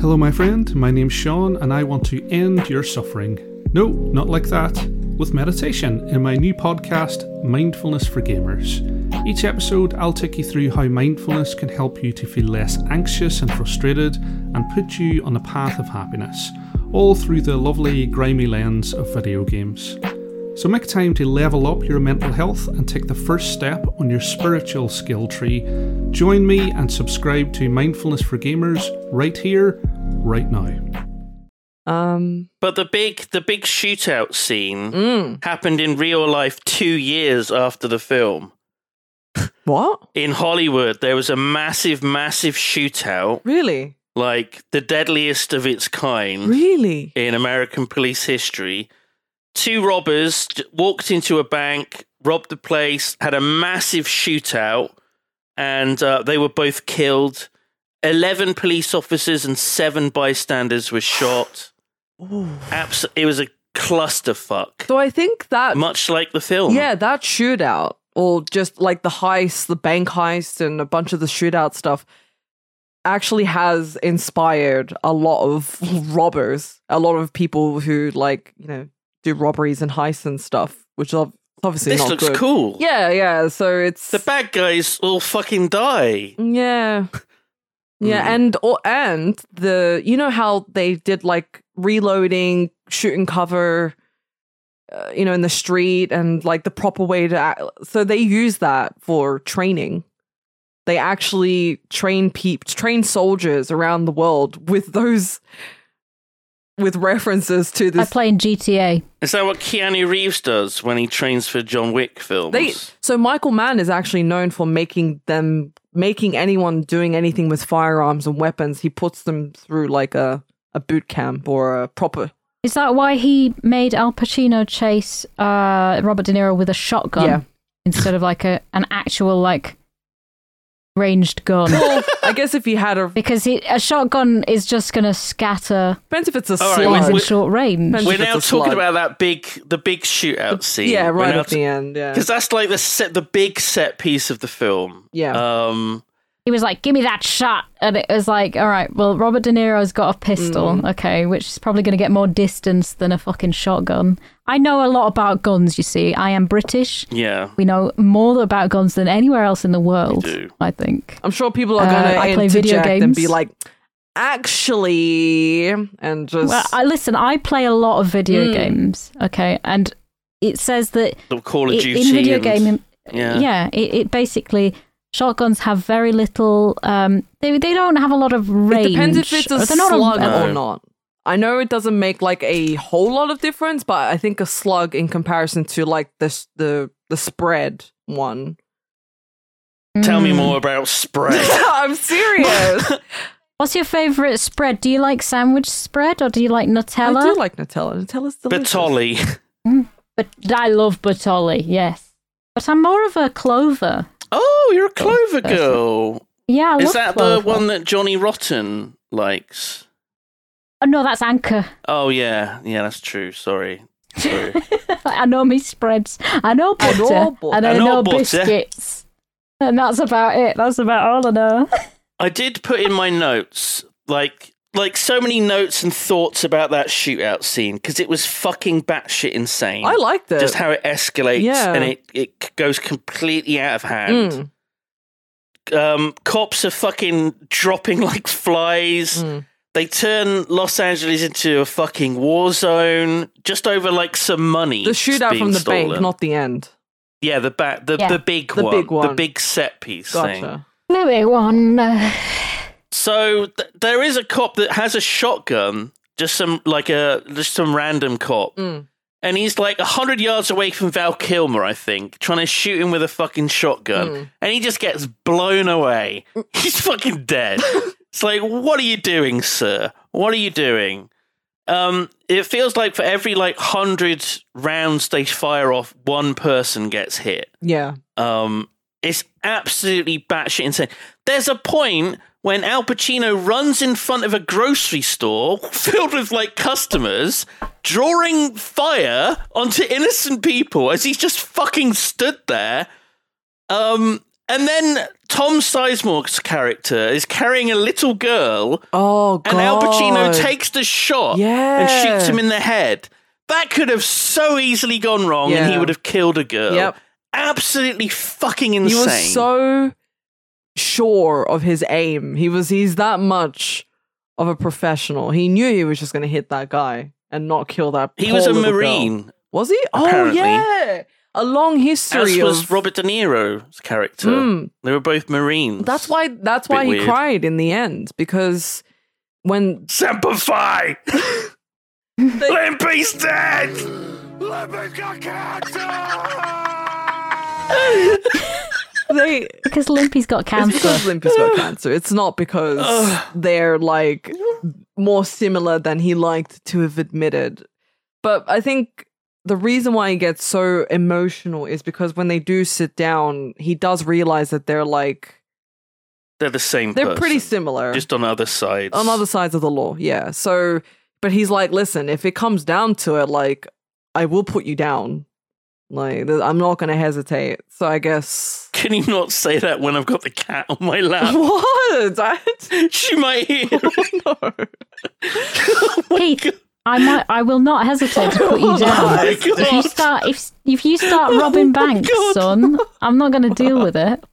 S6: Hello, my friend. My name's Sean, and I want to end your suffering. No, not like that. With meditation in my new podcast, Mindfulness for Gamers. Each episode, I'll take you through how mindfulness can help you to feel less anxious and frustrated and put you on the path of happiness, all through the lovely, grimy lens of video games. So make time to level up your mental health and take the first step on your spiritual skill tree. Join me and subscribe to Mindfulness for Gamers right here, right now.
S3: Um.
S2: But the big the big shootout scene
S3: mm,
S2: happened in real life two years after the film.
S3: what?
S2: In Hollywood, there was a massive, massive shootout,
S3: Really?
S2: like the deadliest of its kind
S3: Really?
S2: in American police history. Two robbers j- walked into a bank, robbed the place, had a massive shootout, and uh, they were both killed. 11 police officers and seven bystanders were shot. Abs- it was a clusterfuck,
S3: So I think that
S2: much like the film.
S3: Yeah, that shootout, or just like the heist, the bank heist, and a bunch of the shootout stuff, actually has inspired a lot of [laughs] robbers, a lot of people who like you know do robberies and heists and stuff, which are obviously
S2: this
S3: not
S2: looks
S3: good.
S2: cool.
S3: Yeah, yeah. So it's
S2: The bad guys all fucking die.
S3: yeah. Yeah, and or and the you know how they did like reloading, shoot and cover, uh, you know, in the street and like the proper way to. Act. So they use that for training. They actually train peep train soldiers around the world with those with references to
S4: I
S3: this.
S4: play in GTA.
S2: Is that what Keanu Reeves does when he trains for John Wick films?
S3: they so Michael Mann is actually known for making them making anyone doing anything with firearms and weapons. He puts them through like a a boot camp or a proper
S4: Is that why he made Al Pacino chase uh, Robert De Niro with a shotgun [laughs]
S3: Yeah.
S4: instead of like a an actual like ranged
S3: [laughs]
S4: gun?
S3: Well, I guess if he had a
S4: because he, a shotgun is just going to scatter
S3: depends if it's a
S2: All right,
S4: bullets
S2: wait,
S3: slug.
S4: in
S2: we-
S4: short range.
S3: Depends
S2: We're
S3: if it's
S2: now
S3: a
S2: talking
S3: slug.
S2: about that big, the big shootout scene.
S3: yeah,
S2: We're
S3: right
S2: now
S3: at the end. Yeah,
S2: Because that's like the set, the big set piece of the film.
S3: Yeah.
S2: Um.
S4: He was like, "Give me that shot," and it was like, "All right, well, Robert De Niro's got a pistol,
S2: Mm.
S4: okay, which is probably going to get more distance than a fucking shotgun." I know a lot about guns. You see, I am British.
S2: Yeah.
S4: We know more about guns than anywhere else in the world.
S2: do.
S4: I think.
S3: I'm sure people are
S4: Uh,
S3: gonna
S4: I play video
S3: interject and be
S4: games.
S3: like, actually, and just
S4: Well, I listen. I play a lot of video
S2: Mm.
S4: games, okay, and it says that
S2: The Call of
S4: i-
S2: Duty.
S4: in video
S2: and-
S4: game,
S2: Yeah.
S4: yeah, it, it basically shotguns have very little. Um, they they don't have a lot of range.
S3: it depends if it's a
S4: They're not
S3: slug
S2: No.
S3: or not. I know it doesn't make like a whole lot of difference, but I think a slug in comparison to like this the the spread one.
S4: Mm.
S2: Tell me more about
S4: [laughs]
S2: spread.
S3: [laughs] I'm serious.
S4: What's your favourite spread? Do you like sandwich spread or do you like
S3: I
S4: Nutella?
S3: do like Nutella. Nutella's delicious.
S2: Batoli.
S4: but I love Batoli, yes. But I'm more of a clover.
S2: Oh, you're a Clover
S4: that's-
S2: girl.
S4: Yeah, I
S2: Is
S4: love
S2: that the
S4: clover.
S2: one that Johnny Rotten likes?
S4: Oh, no, that's Anchor. [laughs]
S2: Oh yeah, yeah, that's true. Sorry. Sorry.
S4: I know me spreads. I know
S3: I
S4: butter.
S3: know butter.
S4: And
S2: I
S4: I
S2: know
S4: know,
S2: butter.
S4: biscuits. And that's about it. That's about all I know.
S2: I did put in my notes like like so many notes and thoughts about that shootout scene because it was fucking batshit insane.
S3: I liked it.
S2: just how it escalates
S3: Yeah.
S2: and it, it c- goes completely out of hand.
S3: Mm.
S2: Um, cops are fucking dropping like flies.
S3: Mm.
S2: They turn Los Angeles into a fucking war zone just over like some money.
S3: The shootout
S2: being
S3: from the bank,
S2: stolen.
S3: not the end.
S2: yeah, the ba- the,
S4: Yeah.
S2: the big
S3: The
S2: one,
S3: big
S2: the
S3: one.
S2: big set piece thing.
S4: uh,
S3: Gotcha.
S4: Louis one.
S2: So th- there is a cop that has a shotgun, just some like a just some random cop,
S3: Mm.
S2: and he's like hundred yards away from Val Kilmer, I think, trying to shoot him with a fucking shotgun, and he just gets blown away. [laughs] He's fucking dead. it's like, what are you doing, sir? What are you doing? Um, it feels like for every like hundred rounds they fire off, one person gets hit.
S3: Yeah.
S2: Um, it's absolutely batshit insane. There's a point when Al Pacino runs in front of a grocery store filled with like customers, drawing fire onto innocent people as he's just fucking stood there. Um, and then Tom Sizemore's character is carrying a little girl,
S3: Oh god.
S2: and Al Pacino takes the shot and shoots
S3: Yeah.
S2: him in the head. That could have so easily gone wrong, and he
S3: Yeah.
S2: would have killed a girl
S3: Yep.
S2: absolutely fucking insane.
S3: He was so sure of his aim. He was he's that much of a professional. He knew he was just going to hit that guy and not kill that.
S2: He
S3: poor
S2: was a
S3: little girl.
S2: marine,
S3: Was he?
S2: Apparently.
S3: Oh yeah. A long
S2: as
S3: history
S2: was
S3: of
S2: Robert De Niro's character.
S3: Mm.
S2: They were both marines.
S3: That's why that's why
S2: Bit
S3: he
S2: weird.
S3: cried in the end because
S2: [laughs]
S3: when [laughs]
S5: Semper Fi! Limpy's dead! Limpy's got cancer!
S3: they
S4: Because Limpy's got
S3: It's
S4: cancer.
S3: because Limpy's got cancer. It's not because they're like more similar than he liked to have admitted. But I think the reason why he gets so emotional is because when they do sit down, he does realize that they're like
S2: They're the same.
S3: they're
S2: person,
S3: pretty similar
S2: just on other sides.
S3: on other sides of the law. Yeah. So, but he's like, listen, if it comes down to it, like I will put you down. Like th- I'm not going to hesitate. So I guess
S2: [laughs]
S3: [laughs]
S2: Can you not say that when I've got the cat on my lap?
S3: what? I
S2: she might
S3: [laughs]
S2: hear. [laughs] Oh
S3: don't know.
S4: Pete, I might, I will not hesitate to
S2: [laughs]
S4: put you down.
S2: my
S4: if you
S2: God. Oh
S4: start, if if
S2: [laughs]
S4: you start robbing banks,
S2: God.
S4: son, I'm not going to deal with it.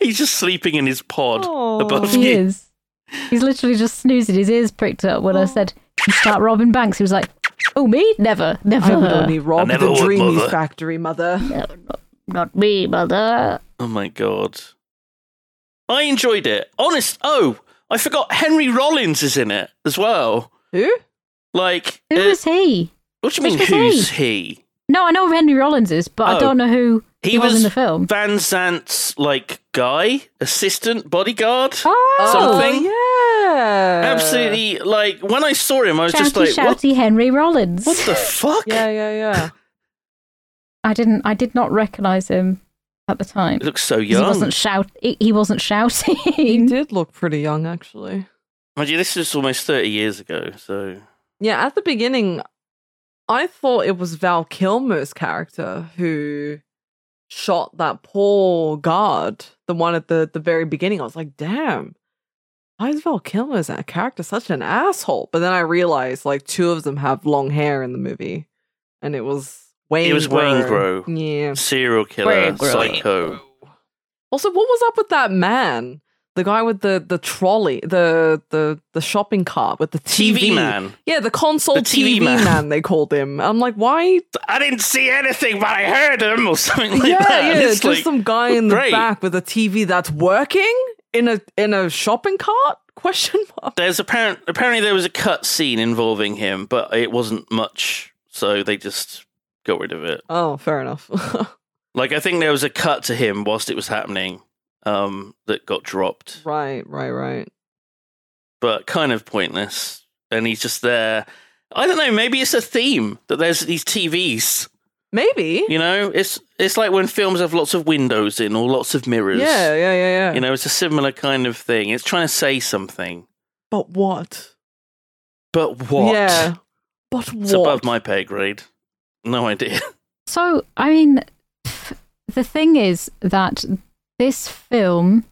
S2: He's just sleeping in his pod
S3: Aw.
S2: above
S4: He
S2: you.
S4: is. He's literally just snoozing. His ears pricked up
S2: Oh.
S4: when I said, "You start robbing banks." He was like, "Oh me? Never,
S3: I
S4: never,
S2: Uh-huh. [laughs]
S3: would only rob
S2: never
S3: the
S2: would,
S3: Dreamies
S2: mother.
S3: factory, mother.
S4: not me, mother."
S2: Oh my god. I enjoyed it. Honest. Oh, I forgot Henry Rollins is in it as well.
S3: Who?
S2: Like,
S4: Who
S2: uh,
S4: is he?
S2: what do you mean?
S4: which was
S2: Who's he?
S4: No, I know who Henry Rollins is, but I
S2: Oh.
S4: don't know who he, was, in the film.
S2: Van Zant's like guy, assistant, bodyguard.
S4: Oh,
S2: Something.
S3: Oh, yeah.
S2: Absolutely, like when I saw him, I was
S4: shouty,
S2: just like, what,
S4: shouty Henry Rollins.
S2: what the fuck?
S3: Yeah, yeah, yeah.
S4: I didn't. I did not recognize him at the time.
S2: He looks so
S4: 'Cause He
S2: young.
S4: wasn't shout. He, he wasn't shouting.
S3: he did look pretty young, actually.
S2: Mind you, this is almost thirty years ago, so
S3: Yeah, at the beginning, I thought it was Val Kilmer's character who shot that poor guard, the one at the, the very beginning. I was like, damn, why is Val Kilmer's character such an asshole? But then I realized like two of them have long hair in the movie, and it was Wayne.
S2: was Wayne
S3: Grow.
S2: Grow.
S3: Yeah.
S2: serial killer, psycho.
S3: Also, what was up with that man? The guy with the the trolley, the the the shopping cart with the TV,
S2: TV man.
S3: Yeah, the console
S2: The TV
S3: TV,
S2: man.
S3: man. They called him. I'm like, why?
S5: I didn't see anything, but I heard him or something
S2: [laughs] Like
S3: yeah,
S2: that, and
S3: yeah,
S2: it's
S3: just
S2: like,
S3: some guy in the
S2: great.
S3: back with a TV that's working in a in a shopping cart? [laughs] Question mark.
S2: There's apparent. Apparently, there was a cut scene involving him, but it wasn't much, so they just got rid of it.
S3: Oh, fair enough. [laughs]
S2: Like I think there was a cut to him whilst it was happening, um, that got dropped.
S3: right, right, right.
S2: but kind of pointless. And he's just there. I don't know. Maybe it's a theme that there's these TVs.
S3: Maybe.
S2: You know, it's it's like when films have lots of windows in or lots of mirrors.
S3: Yeah, yeah, yeah, yeah.
S2: You know, it's a similar kind of thing. It's trying to say something,
S3: but what?
S2: but what?
S3: Yeah. But what?
S2: It's above my pay grade. No idea.
S4: So, I mean, f- the thing is that this film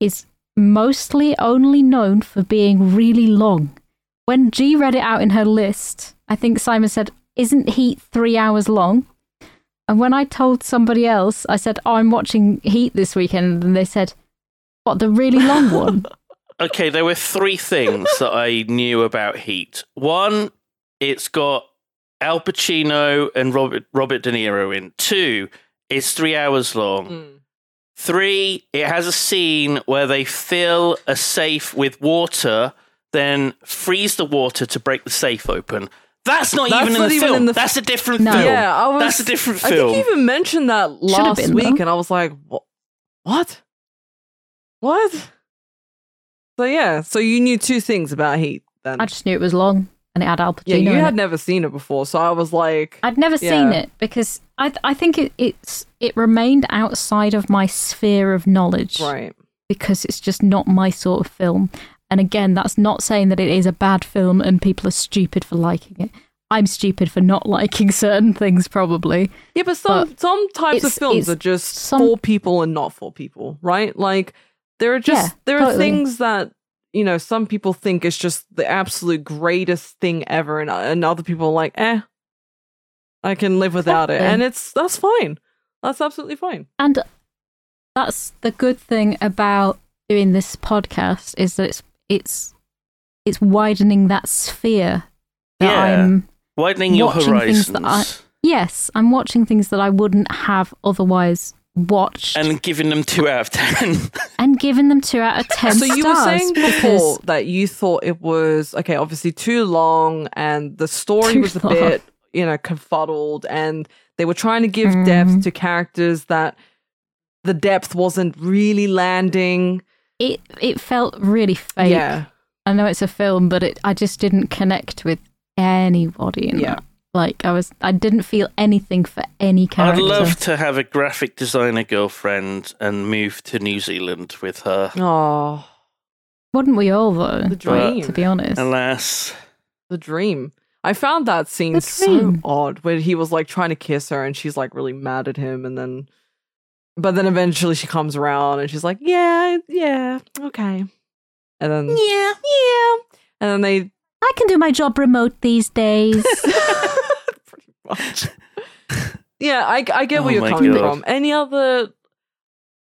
S4: is mostly only known for being really long. When G read it out in her list, I think Simon said, Isn't Heat three hours long? And when I told somebody else, I said, Oh, I'm watching Heat this weekend. And they said, What, the really long
S3: [laughs]
S4: one?
S2: Okay, there were three things that I knew about Heat. One, it's got Al Pacino and Robert Robert De Niro in. Two, it's three hours long.
S3: Mm.
S2: Three, it has a scene where they fill a safe with water, then freeze the water to break the safe open. That's not
S3: That's
S2: even in
S3: not
S2: the
S3: even
S2: film.
S3: in the-
S2: That's a different
S4: No.
S2: film.
S3: Yeah, I was.
S2: That's a different
S3: I
S2: film.
S3: think you even mentioned that
S4: Should have
S3: last
S4: been,
S3: week,
S4: though.
S3: and I was like, "Wha- what? What? So yeah, so you knew two things about Heat then.
S4: I just knew it was long and it had Al Pacino.
S3: yeah, you
S4: in
S3: had
S4: it.
S3: never seen it before, so I was like,
S4: I'd never seen
S3: Yeah.
S4: it because I th- I think it it's it remained outside of my sphere of knowledge
S3: right.
S4: because it's just not my sort of film. And again, that's not saying that it is a bad film and people are stupid for liking it. I'm stupid for not [laughs] liking certain things, probably.
S3: Yeah, but some
S4: But
S3: some types of
S4: it's-
S3: films
S4: it's
S3: are just
S4: some-
S3: for people and not for people, right? Like there are just
S4: Yeah,
S3: there are
S4: totally.
S3: things that you know some people think is just the absolute greatest thing ever, and and other people are like, eh, I can live without it,
S4: Exactly.
S3: and it's that's fine, that's absolutely fine.
S4: And that's the good thing about doing this podcast is that it's it's it's widening that sphere that
S2: Yeah.
S4: I'm
S2: Widening your
S4: watching
S2: horizons
S4: things that I- yes, I'm watching things that I wouldn't have otherwise watched and,
S2: and giving them two out of ten.
S4: giving them two out of ten.
S3: [laughs] so you were
S4: stars
S3: saying
S4: because-
S3: before that you thought it was okay obviously too long and the story
S4: Too
S3: was a
S4: long.
S3: bit you know confuddled and they were trying to give
S4: Mm.
S3: depth to characters that the depth wasn't really landing
S4: it it felt really fake.
S3: yeah
S4: I know it's a film, but it I just didn't connect with anybody in
S3: Yeah.
S4: that. Like I was, I didn't feel anything for any
S2: I'd
S4: character.
S2: love to have a graphic designer girlfriend and move to New Zealand with her.
S3: oh
S4: Wouldn't we all though?
S3: the dream
S4: To be honest,
S2: Alas,
S3: the dream i found that scene
S4: The
S3: so
S4: dream.
S3: odd where he was like trying to kiss her and she's like really mad at him and then but then eventually she comes around and she's like yeah yeah okay and then
S2: yeah.
S3: Yeah. And then they [laughs]
S4: I can do my job remote these days. [laughs]
S3: pretty much. yeah, I, I get
S2: Oh
S3: where you're
S2: my
S3: coming
S2: God.
S3: from. Any other,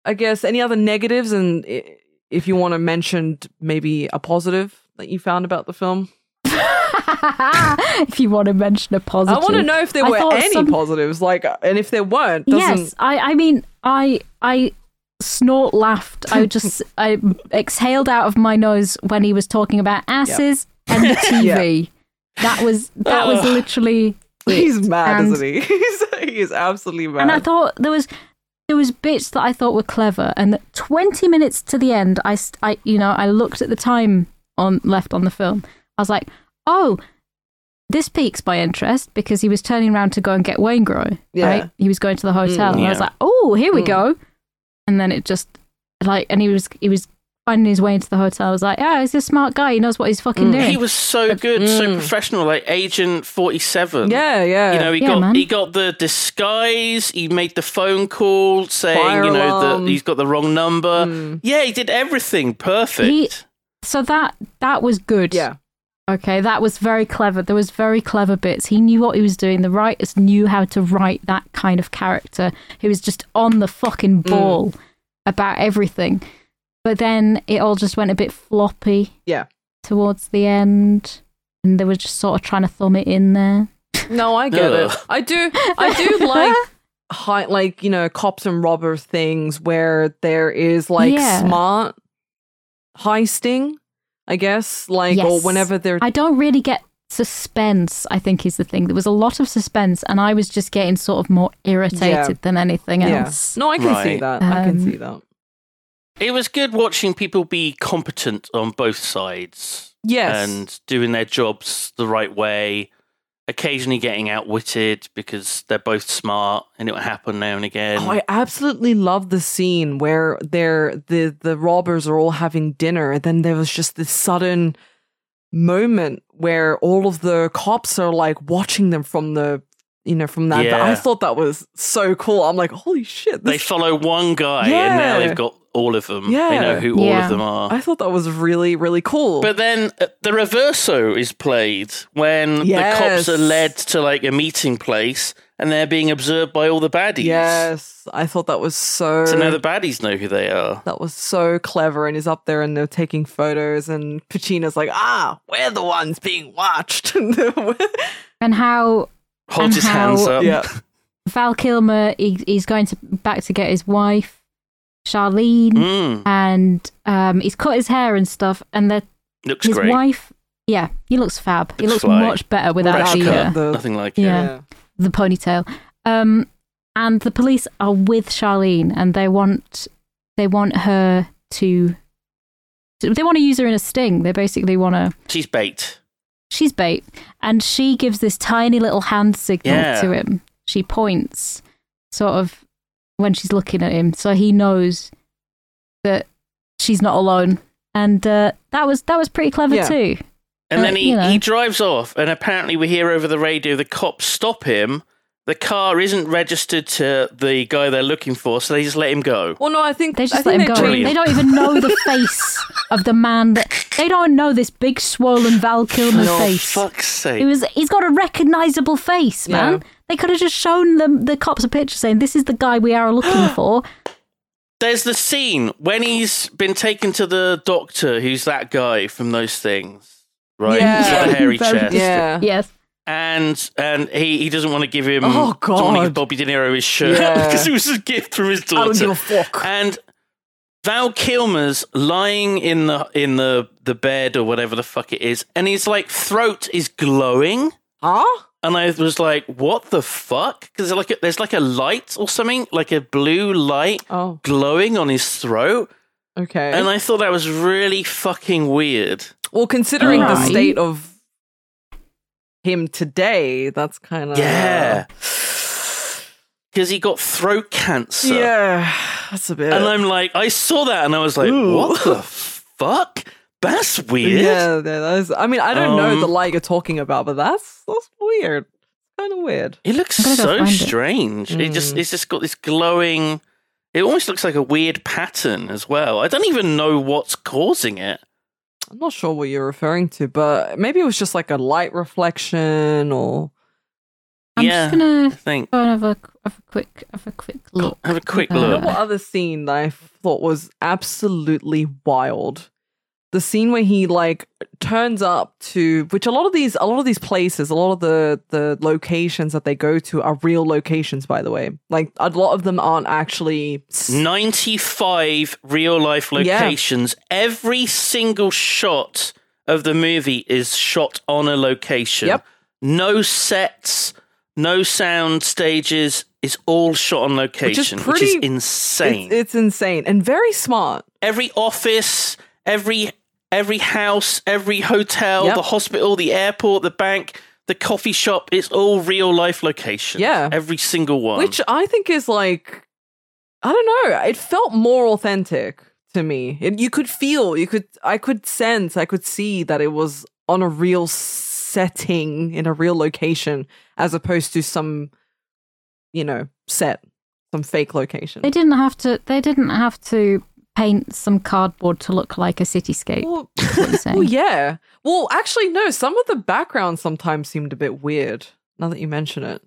S3: I guess, any other negatives, and i- if you want to mention maybe a positive that you found about the film,
S4: if you want to mention a positive,
S3: I want to know if there
S4: I
S3: were
S4: thought
S3: any
S4: some-
S3: positives, like, and if there weren't, doesn't
S4: Yes, I, I mean, I, I snort laughed. I
S3: [laughs]
S4: just, I exhaled out of my nose when he was talking about asses and the
S3: [laughs]
S4: TV. That was, that was literally. it.
S3: [laughs] he's mad,
S4: And-
S3: isn't he? [laughs] He's, he is absolutely mad.
S4: And I thought there was, there was bits that I thought were clever, and that twenty minutes to the end, I, st- I, you know, I looked at the time on left on the film. I was like, oh. This piques my interest because he was turning around to go and get Waingrow.
S3: Yeah.
S4: Right? He was going to the hotel, and I was
S2: Yeah.
S4: like, "Oh, here we
S3: Mm.
S4: go!" and then it just like and he was he was finding his way into the hotel. I was like, oh, he's a smart guy. He knows what he's
S3: Mm.
S4: fucking doing.
S2: He was so good, so professional, like Agent Forty Seven.
S3: yeah, yeah.
S2: You know, he
S4: mm. Yeah,
S2: got
S4: man.
S2: he got the disguise. He made the phone call saying,
S3: Fire
S2: you know,
S3: alarm.
S2: that he's got the wrong number. Yeah, he did everything perfect.
S4: Mm. He- so that that was good.
S3: yeah.
S4: Okay, that was very clever. There was very clever bits. He knew what he was doing. The writers knew how to write that kind of character. He was just on the fucking
S3: Mm.
S4: ball about everything. But then it all just went a bit floppy.
S3: Yeah.
S4: Towards the end, and they were just sort of trying to thumb it in there.
S3: No, I get
S2: Ugh.
S3: it. I do. I
S4: [laughs]
S3: do like high, like you know, cops and robber things where there is like
S4: Yeah.
S3: smart heisting. I guess, like, or
S4: Yes.
S3: whenever they're
S4: I don't really get suspense, I think is the thing. There was a lot of suspense and I was just getting sort of more irritated
S3: Yeah.
S4: than anything
S3: yeah.
S4: else.
S3: No, I can see
S2: Right.
S3: that. I can
S4: Um,
S3: see that.
S2: it was good watching people be competent on both sides.
S3: Yes,
S2: and doing their jobs the right way, occasionally getting outwitted because they're both smart and it will happen now and again.
S3: Oh, I absolutely love the scene where they're the the robbers are all having dinner, and then there was just this sudden moment where all of the cops are like watching them from the you know from that.
S2: Yeah.
S3: I thought that was so cool. I'm like, holy shit!
S2: they
S3: This,
S2: follow one guy and now
S3: Yeah.
S2: they've got all of them. They
S3: Yeah.
S2: know who all
S4: Yeah.
S2: of them are.
S3: I thought that was really really cool.
S2: But then uh, the reverso is played when the
S3: Yes.
S2: cops are led to like a meeting place and they're being observed by all the baddies.
S3: yes, I thought that was so.
S2: So now the baddies know who they are.
S3: that was so clever and is up there and they're taking photos and Pacino's like, ah, we're the ones being watched. [laughs]
S2: Um,
S3: And they're-
S4: And how
S2: Holds
S4: And
S2: his
S4: how-
S2: hands up.
S3: yeah.
S4: Val Kilmer he, he's going to back to get his wife Charlene,
S2: Mm,
S4: and um, he's cut his hair and stuff. And the,
S2: looks
S4: his
S2: great.
S4: wife, yeah, he looks fab. he
S2: Looks
S4: looks
S2: fly.
S4: much better without
S2: Fresh
S4: the,
S2: cut.
S4: uh,
S3: The-
S2: Nothing like
S4: Yeah.
S2: it.
S4: the ponytail. Um, and the police are with Charlene, and they want they want her to. They want to use her in a sting. They basically want to.
S2: She's bait.
S4: She's bait, and she gives this tiny little hand signal
S2: Yeah.
S4: to him. She points, sort of, when she's looking at him, so he knows that she's not alone. And uh, that was that was pretty clever
S3: Yeah.
S4: too.
S2: And
S4: Uh,
S2: then he,
S4: you know.
S2: he drives off, and apparently we hear over the radio the cops stop him. The car isn't registered to the guy they're looking for, so they just let him go.
S3: Well, no, I think
S4: They
S3: I
S4: just
S3: think
S4: let him
S3: they
S4: go.
S2: Brilliant.
S4: They don't even know
S3: [laughs]
S4: the face of the man. That, they don't know this big, swollen Val Kilmer
S2: For
S4: face.
S2: fuck's
S4: He
S2: sake.
S4: was, he's got a recognisable face, man. They could have just shown them the cops a picture saying, this is the guy we
S2: [gasps]
S4: are looking for.
S2: There's the scene when he's been taken to the doctor, who's that guy from those things, right? He's
S4: [laughs]
S2: got the
S4: Yeah.
S2: hairy
S4: Very
S2: chest.
S3: Yeah.
S4: Yes.
S2: and and he, he doesn't want to give him.
S3: Oh,
S2: Doesn't want to give
S3: God.
S2: Bobby De Niro his shirt [laughs]
S3: Yeah.
S2: because it was a gift from his daughter.
S3: I don't give a fuck.
S2: And Val Kilmer's lying in the in the the bed or whatever the fuck it is, and his like throat is glowing.
S3: Huh?
S2: And I was like, "What the fuck?" Because like a- there's like a light or something, like a blue light
S3: Oh,
S2: glowing on his throat,
S3: okay.
S2: and I thought that was really fucking weird.
S3: well, considering the
S4: Right.
S3: state of him today, that's kind of
S2: Yeah, because he got throat cancer.
S3: yeah, that's a bit.
S2: And I'm like, I saw that and I was like,
S3: Ooh.
S2: what the fuck? That's weird.
S3: yeah, yeah, that is. I mean, I don't know
S2: Um,
S3: the light you're talking about, but that's that's weird. Kind of weird.
S2: It looks
S4: I'm gonna go
S2: so
S4: find it. Hmm.
S2: strange. It just it's just got this glowing it almost looks like a weird pattern as well. I don't even know what's causing it.
S3: I'm not sure what you're referring to, but maybe it was just like a light reflection or
S4: I'm
S2: yeah.
S4: just going
S2: I
S4: to
S2: think.
S4: go and have a, have a, quick, have a quick look.
S2: Have a quick
S4: Uh,
S3: You know
S2: look.
S3: what other scene that I thought was absolutely wild? The scene where he like turns up to which a lot of these a lot of these places, a lot of the the locations that they go to are real locations, by the way. Like a lot of them aren't actually s-
S2: 95 real life
S3: Yeah.
S2: locations. Every single shot of the movie is shot on a location.
S3: Yep.
S2: No sets, no sound stages. It's all shot on location, which is,
S3: pretty-
S2: insane.
S3: it's, it's insane and very smart.
S2: every office, every every house, every hotel,
S3: Yep.
S2: the hospital, the airport, the bank, the coffee shop, it's all real life locations.
S3: Yeah.
S2: Every single one.
S3: Which I think is like, I don't know. It felt more authentic to me. It, you could feel, you could, I could sense, I could see that it was on a real setting in a real location, as opposed to some, you know, set, some fake location.
S4: They didn't have to. They didn't have to paint some cardboard to look like a cityscape.
S3: [laughs] Well,
S4: is what you're saying.
S3: well, yeah. Well, actually, no. Some of the background sometimes seemed a bit weird. Now that you mention it,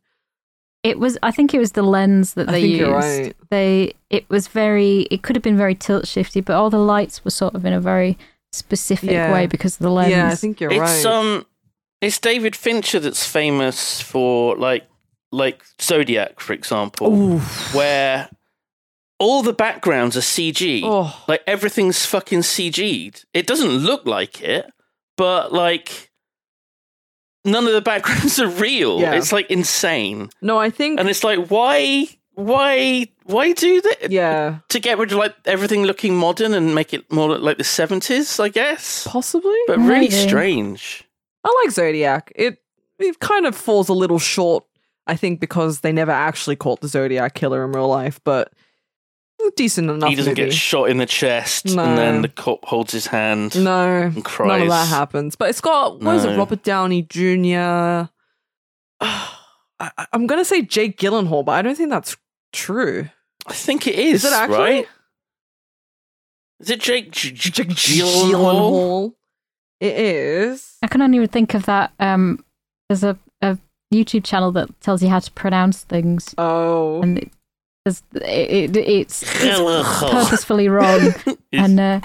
S4: It was. I think it was the lens that
S3: I
S4: they
S3: think
S4: used.
S3: you're right.
S4: They. It was very. It could have been very tilt shifty, but all the lights were sort of in a very specific
S3: Yeah.
S4: way because of the lens.
S3: yeah, I think you're
S2: it's
S3: right.
S2: um it's David Fincher that's famous for like like Zodiac, for example, where all the backgrounds are CG.
S3: Oh.
S2: Like everything's fucking CG'd. It doesn't look like it, but like none of the [laughs] backgrounds are real.
S3: Yeah.
S2: It's like insane.
S3: no, I think.
S2: And it's like why why why do that?
S3: yeah,
S2: To get rid of like everything looking modern and make it more look like the 70s, I guess.
S3: possibly.
S2: But really
S4: Maybe.
S2: strange.
S3: I like Zodiac. It it kind of falls a little short, I think, because they never actually caught the Zodiac killer in real life, but decent enough.
S2: he doesn't
S3: movie.
S2: get shot in the chest,
S3: No.
S2: and then the cop holds his hand
S3: no,
S2: and cries.
S3: none of that happens. But it's got what is
S2: No.
S3: it? Robert Downey Jr. [sighs] I, I- I'm gonna say Jake Gyllenhaal, but I don't think that's true.
S2: I think it is.
S3: Is it actually?
S2: right? Is it Jake G- G-
S3: Jake
S2: Gyllenhaal?
S3: It is.
S4: I can only think of that. Um, there's a, a YouTube channel that tells you how to pronounce things,
S3: Oh,
S4: and it, there's, it, it, it's, it's
S2: Gyllenhaal.
S4: purposefully wrong.
S2: It's-
S4: and uh,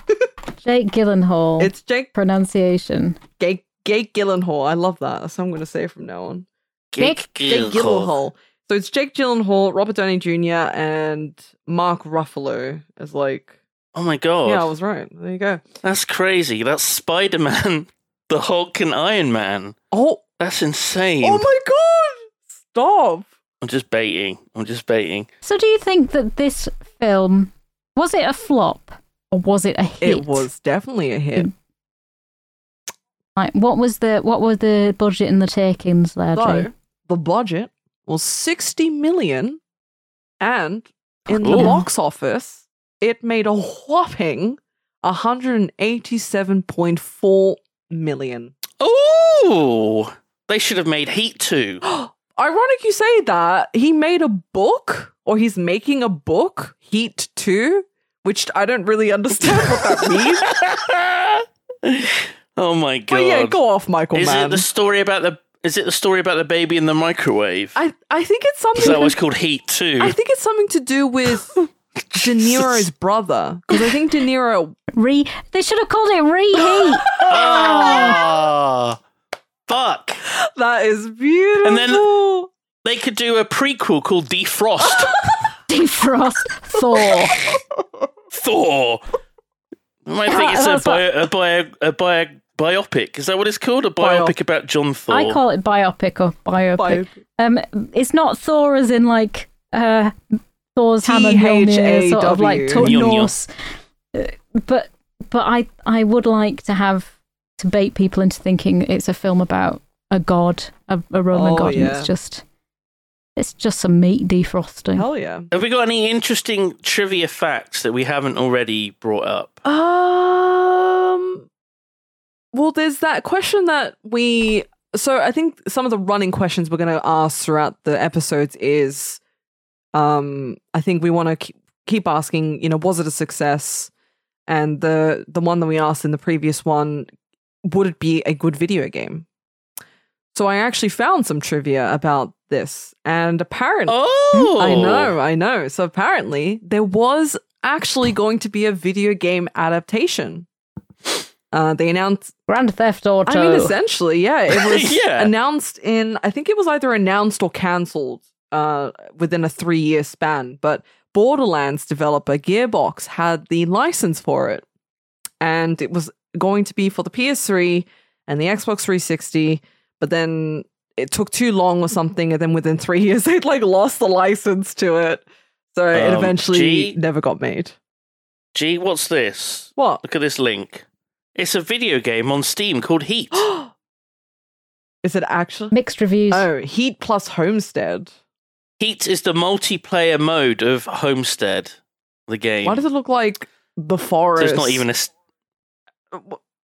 S4: Jake Gyllenhaal.
S3: it's Jake
S4: pronunciation.
S3: Jake Jake Gyllenhaal. I love that. So I'm gonna say it from now on.
S2: Jake Gyllenhaal.
S3: Jake Gyllenhaal. So it's Jake Gyllenhaal, Robert Downey Jr., and Mark Ruffalo as like.
S2: Oh my god.
S3: Yeah, I was right. There you go.
S2: That's crazy. That's Spider Man, [laughs] the Hulk, and Iron Man.
S3: Oh,
S2: That's insane.
S3: oh my god! Stop.
S2: I'm just baiting. I'm just baiting.
S4: So, do you think that this film was it a flop or was it a hit?
S3: It was definitely a hit.
S4: Like, what was the what were the budget and the takings there, Jay?
S3: So the budget was 60 million, and in the
S2: Ooh.
S3: box office, it made a whopping 187.4 million.
S2: Oh, they should have made Heat
S3: [gasps]
S2: too.
S3: Ironic you say that. He made a book, or he's making a book, Heat 2, which I don't really understand
S2: [laughs]
S3: what that means.
S2: oh my god.
S3: but yeah, go off, Michael,
S2: is
S3: man.
S2: it the story about the? Is it the story about the baby in the microwave?
S3: I, I think it's
S2: Is that
S3: something.
S2: why it's called Heat too?
S3: I think it's something to do with
S2: [laughs]
S3: De Niro's brother. Because I think De
S2: [laughs]
S3: Niro
S4: Re they should have called it
S3: [laughs]
S4: reheat.
S2: Ah, fuck.
S3: That is
S2: [laughs]
S3: beautiful.
S2: And then- They could do a prequel called
S3: [laughs]
S2: Defrost
S4: Defrost Thor.
S2: Thor. You might think it's a, bio, a, bio, a bio, biopic. Is that what it's called? A biopic
S3: Bio-
S2: about John Thor.
S4: I call it biopic or biopic.
S3: Bio-
S4: Um, it's not Thor as in like uh, Thor's hammer, Mjolnir, sort of like to-
S2: Mjolnir.
S4: Norse. Uh, But but I I would like to have to bait people into thinking it's a film about a god, a, a Roman
S3: Oh,
S4: god, and
S3: yeah.
S4: it's just it's just some meat defrosting.
S3: Hell yeah.
S2: Have we got any interesting trivia facts that we haven't already brought up?
S3: Um. Well, there's that question that we. So I think some of the running questions we're going to ask throughout the episodes is, um, I think we want to keep, keep asking. You know, was it a success? And the the one that we asked in the previous one, would it be a good video game? So I actually found some trivia about this, and apparently,
S2: Oh,
S3: I know, I know. So apparently, there was actually going to be a video game adaptation. Uh, they announced.
S4: Grand Theft Auto.
S3: I mean, essentially, yeah, it
S2: [laughs]
S3: was
S2: Yeah.
S3: announced in. I think it was either announced or cancelled uh, within a three-year span. But Borderlands developer Gearbox had the license for it, and it was going to be for the PS3 and the Xbox 360. But then it took too long or something, and then within three [laughs] years they'd like lost the license to it, so it
S2: Um,
S3: eventually
S2: G?
S3: never got made.
S2: Gee, what's this? [gasps]
S3: What?
S2: Look at this link. It's a video game on Steam called
S3: [gasps]
S2: Heat.
S3: Is it actually?
S4: mixed reviews.
S3: Oh, Heat plus Homestead.
S2: Heat is the multiplayer mode of Homestead, the game.
S3: Why does it look like the
S2: so
S3: forest?
S2: it's not even a. s- uh,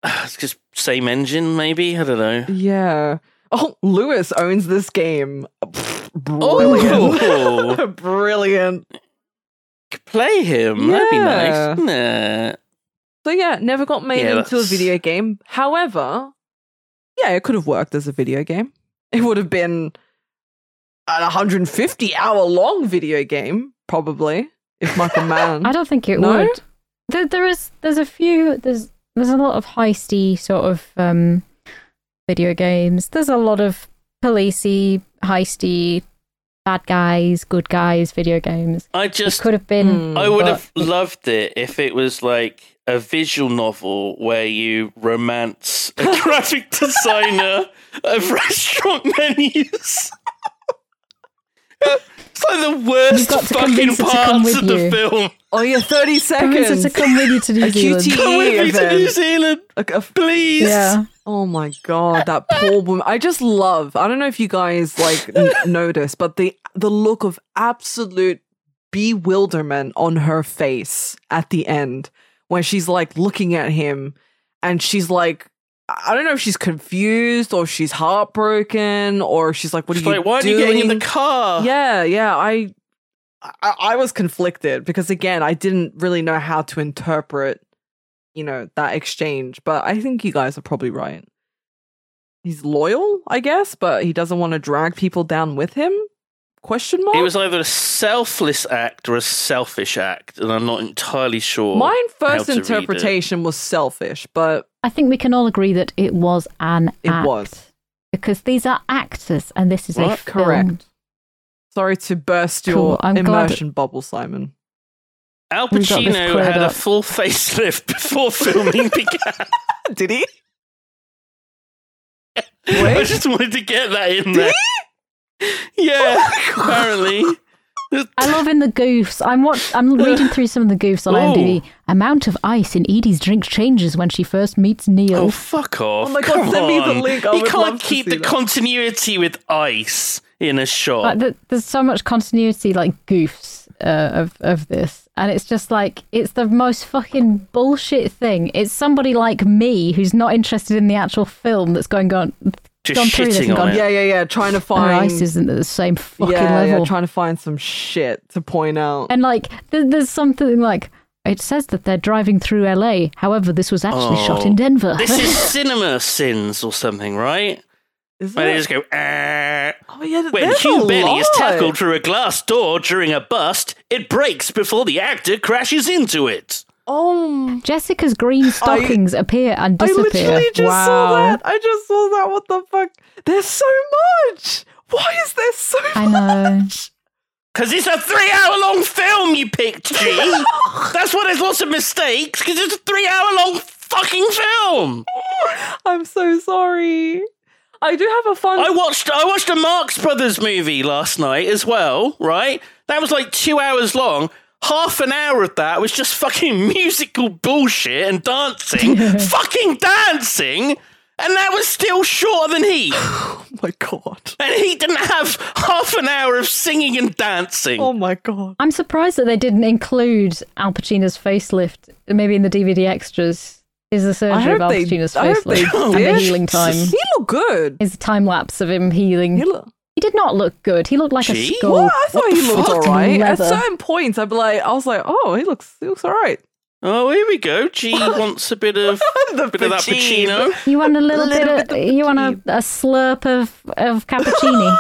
S2: [sighs] It's just same engine, maybe. I don't know.
S3: Yeah. Oh, Lewis owns this game. Pfft, Brilliant.
S2: Oh.
S3: [laughs] Brilliant.
S2: Could [laughs] Play him. That'd be
S3: Yeah.
S2: nice. Nah.
S3: So yeah, never got made
S2: Yeah,
S3: into a
S2: that's-
S3: video game. However, yeah, it could have worked as a video game. It would have been an 150 hour long video game, probably,
S2: [laughs]
S3: if Michael Mann.
S4: I don't think it
S3: No?
S4: would. There, there is there's a few there's there's a lot of heisty sort of um, video games. There's a lot of policey heisty bad guys, good guys video games.
S2: I
S4: It
S2: just.
S4: could have been.
S3: Hmm.
S2: I would
S4: Mm. but
S2: have
S4: it-
S2: loved it if it was like a visual novel where you romance a [laughs] graphic designer of [laughs] restaurant menus. it's like the worst
S4: got to
S2: fucking
S4: convince her to come
S2: parts
S4: with
S2: of the
S4: you.
S2: film.
S3: oh, yeah, 30
S4: Convince her
S3: seconds.
S4: to come
S2: [laughs]
S4: with you to New
S3: A
S4: Zealand.
S3: QTE
S2: Come with me to
S3: event.
S2: New Zealand,
S3: Like a
S2: please.
S4: Yeah,
S3: Oh my god, that poor woman. I just love. I don't know if you guys like
S2: [laughs]
S3: n- notice, but the the look of absolute bewilderment on her face at the end when she's like looking at him and she's like I I don't know if she's confused or she's heartbroken or she's like what
S2: She's
S3: are you
S2: like, why are you
S3: doing?
S2: getting in the car?
S3: Yeah, yeah. I, I I was conflicted because again, I didn't really know how to interpret, you know, that exchange. But I think you guys are probably right. He's loyal, I guess, but he doesn't want to drag people down with him. Question mark.
S2: It was either a selfless act or a selfish act, and I'm not entirely sure.
S3: Mine
S2: how
S3: first
S2: to read it.
S3: interpretation was selfish, but
S4: I think we can all agree that it was an
S3: It
S4: act.
S3: was.
S4: because these are actors, and this is a
S3: What?
S4: film.
S3: Correct. Sorry to burst your
S4: Cool, I'm glad-
S3: immersion bubble, Simon.
S2: Al
S4: We've got this
S2: Pacino
S4: cleared
S2: had a
S4: up.
S2: full facelift [laughs] before filming [laughs] began.
S3: [laughs] Did he?
S2: I just wanted to get that in there.
S3: Oh
S2: Yeah, apparently.
S4: I love in the goofs. I'm watch- I'm reading through some of the goofs on
S2: Oh.
S4: IMDb. Amount of ice in Edie's drink changes when she first meets
S2: Oh,
S4: Neil.
S2: fuck off.
S3: Oh my God,
S2: Come
S3: send me the
S2: on.
S3: link. I
S2: you
S3: would
S2: can't
S3: love to
S2: keep
S3: see
S2: the
S3: that.
S2: continuity with ice in a shot.
S4: Like, th- there's so much continuity, like goofs uh, of of this, and it's just like it's the most fucking bullshit thing. It's somebody like me who's not interested in the actual film that's going on
S2: Just
S4: gone through this
S2: shitting
S4: and
S2: on
S4: gone,
S2: it.
S3: Yeah, yeah, yeah. Trying to
S4: "Our
S3: find
S4: ice isn't at the same fucking
S3: yeah,
S4: level.
S3: yeah, trying to find some shit to point out.
S4: And like, th- there's something like it says that they're driving through LA. However, this was actually shot
S2: Oh.
S4: in Denver.
S2: This
S4: [laughs]
S3: [laughs]
S2: is cinema sins or something, right?
S3: Is
S2: Where they
S3: it?
S2: just go, "Ah."
S3: Oh yeah, th-
S2: When
S3: there's a
S2: Hugh Benny is
S3: lot.
S2: tackled through a glass door during a bust, it breaks before the actor crashes into it.
S3: Oh,
S4: Jessica's green stockings appear and
S3: I
S4: disappear.
S3: literally just
S4: wow.
S3: saw that. I just saw that. What the fuck? There's so much. Why is there so much?
S4: I know. [laughs]
S2: Because it's a three hour long film you picked, G. That's why there's lots of mistakes, because it's a three hour long fucking film.
S3: [laughs] I'm so sorry. I do have a fun.
S2: I watched I watched a Marx Brothers movie last night as well, right? That was like two hours long. Half an hour of that was just fucking [laughs] musical bullshit and dancing. fucking dancing! And that was still shorter than Heat.
S3: oh my god.
S2: And Heat didn't have half an hour of singing and dancing.
S3: Oh my god.
S4: I'm surprised that they didn't include Al Pacino's facelift, maybe in the DVD extras. Is the surgery of Al Pacino's
S3: I hope they
S4: [laughs] facelift and the
S3: did.
S4: healing
S3: [laughs]
S4: time?
S3: He looked good.
S4: His time lapse of him healing.
S3: He look-
S4: He did not look good. He looked like
S2: Gee,
S4: a skull.
S3: Well, I thought he looked
S4: fuck?
S3: alright. At
S4: Leather.
S3: certain points, I'd be like, I was like, oh, he looks, he looks alright.
S2: Oh, here we go. G wants a bit of
S3: [laughs] The
S2: bit of that
S3: Pacino.
S2: Pacino.
S4: You want a
S3: [laughs]
S4: little,
S3: Little
S4: bit, of,
S3: bit of
S4: you want a, a slurp of of
S3: [laughs]
S4: cappuccino.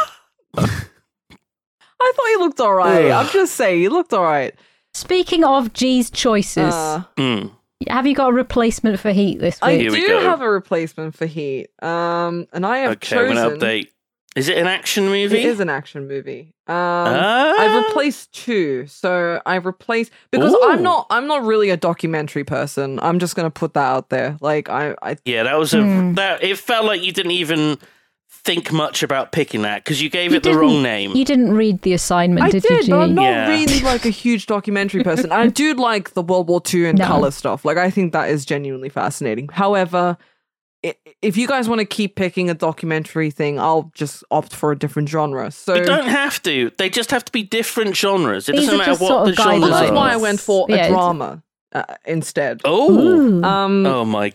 S3: I thought he looked alright. I'm just saying, he looked alright.
S4: Speaking of G's choices,
S3: Uh,
S2: Mm.
S4: have you got a replacement for Heat this
S3: I
S4: week?
S2: Here we
S3: do
S2: go.
S3: have a replacement for Heat, um, and I have
S2: Okay, I'm
S3: chosen.
S2: gonna update. Is it an action
S3: It
S2: movie?
S3: is an action movie. Um,
S2: Ah.
S3: I've replaced two. So I've replaced because
S2: Ooh.
S3: I'm not I'm not really a documentary person. I'm just gonna put that out there. Like I I
S2: Yeah, that was a
S4: Hmm.
S2: that. It felt like you didn't even think much about picking that because you gave
S4: You
S2: it the wrong
S4: didn't-
S2: name.
S4: You didn't read the assignment,
S3: I
S4: did,
S3: did,
S4: you, G?
S3: but I'm not
S2: Yeah.
S3: really like a huge documentary person.
S4: [laughs]
S3: I do like the World War II and
S4: No.
S3: color stuff. Like I think that is genuinely fascinating. However, i- if you guys want to keep picking a documentary thing, I'll just opt for a different genre. So
S2: they don't have to. They just have to be different genres. It
S4: These
S2: doesn't
S4: are
S2: matter
S4: just
S2: what
S4: sort
S2: the
S4: of
S2: genres
S3: that's
S4: guidelines.
S2: are.
S3: why I went for
S4: Yeah,
S3: a
S4: it's-
S3: drama uh, instead.
S2: Oh,
S4: Ooh. Uh,
S3: Um,
S2: oh my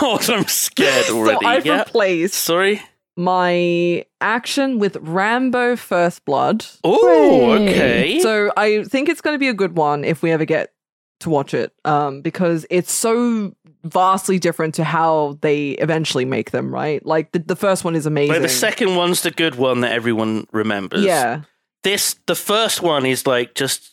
S2: god! I'm scared already.
S3: [laughs] So I've
S2: yeah.
S3: replaced
S2: Sorry.
S3: my action with Rambo First Blood.
S2: Oh,
S4: Hooray.
S2: okay.
S3: So I think it's going to be a good one if we ever get to watch it um, because it's so vastly different to how they eventually make them, right? Like the, the first one is amazing.
S2: but the second one's the good one that everyone remembers.
S3: Yeah.
S2: This, the first one is like just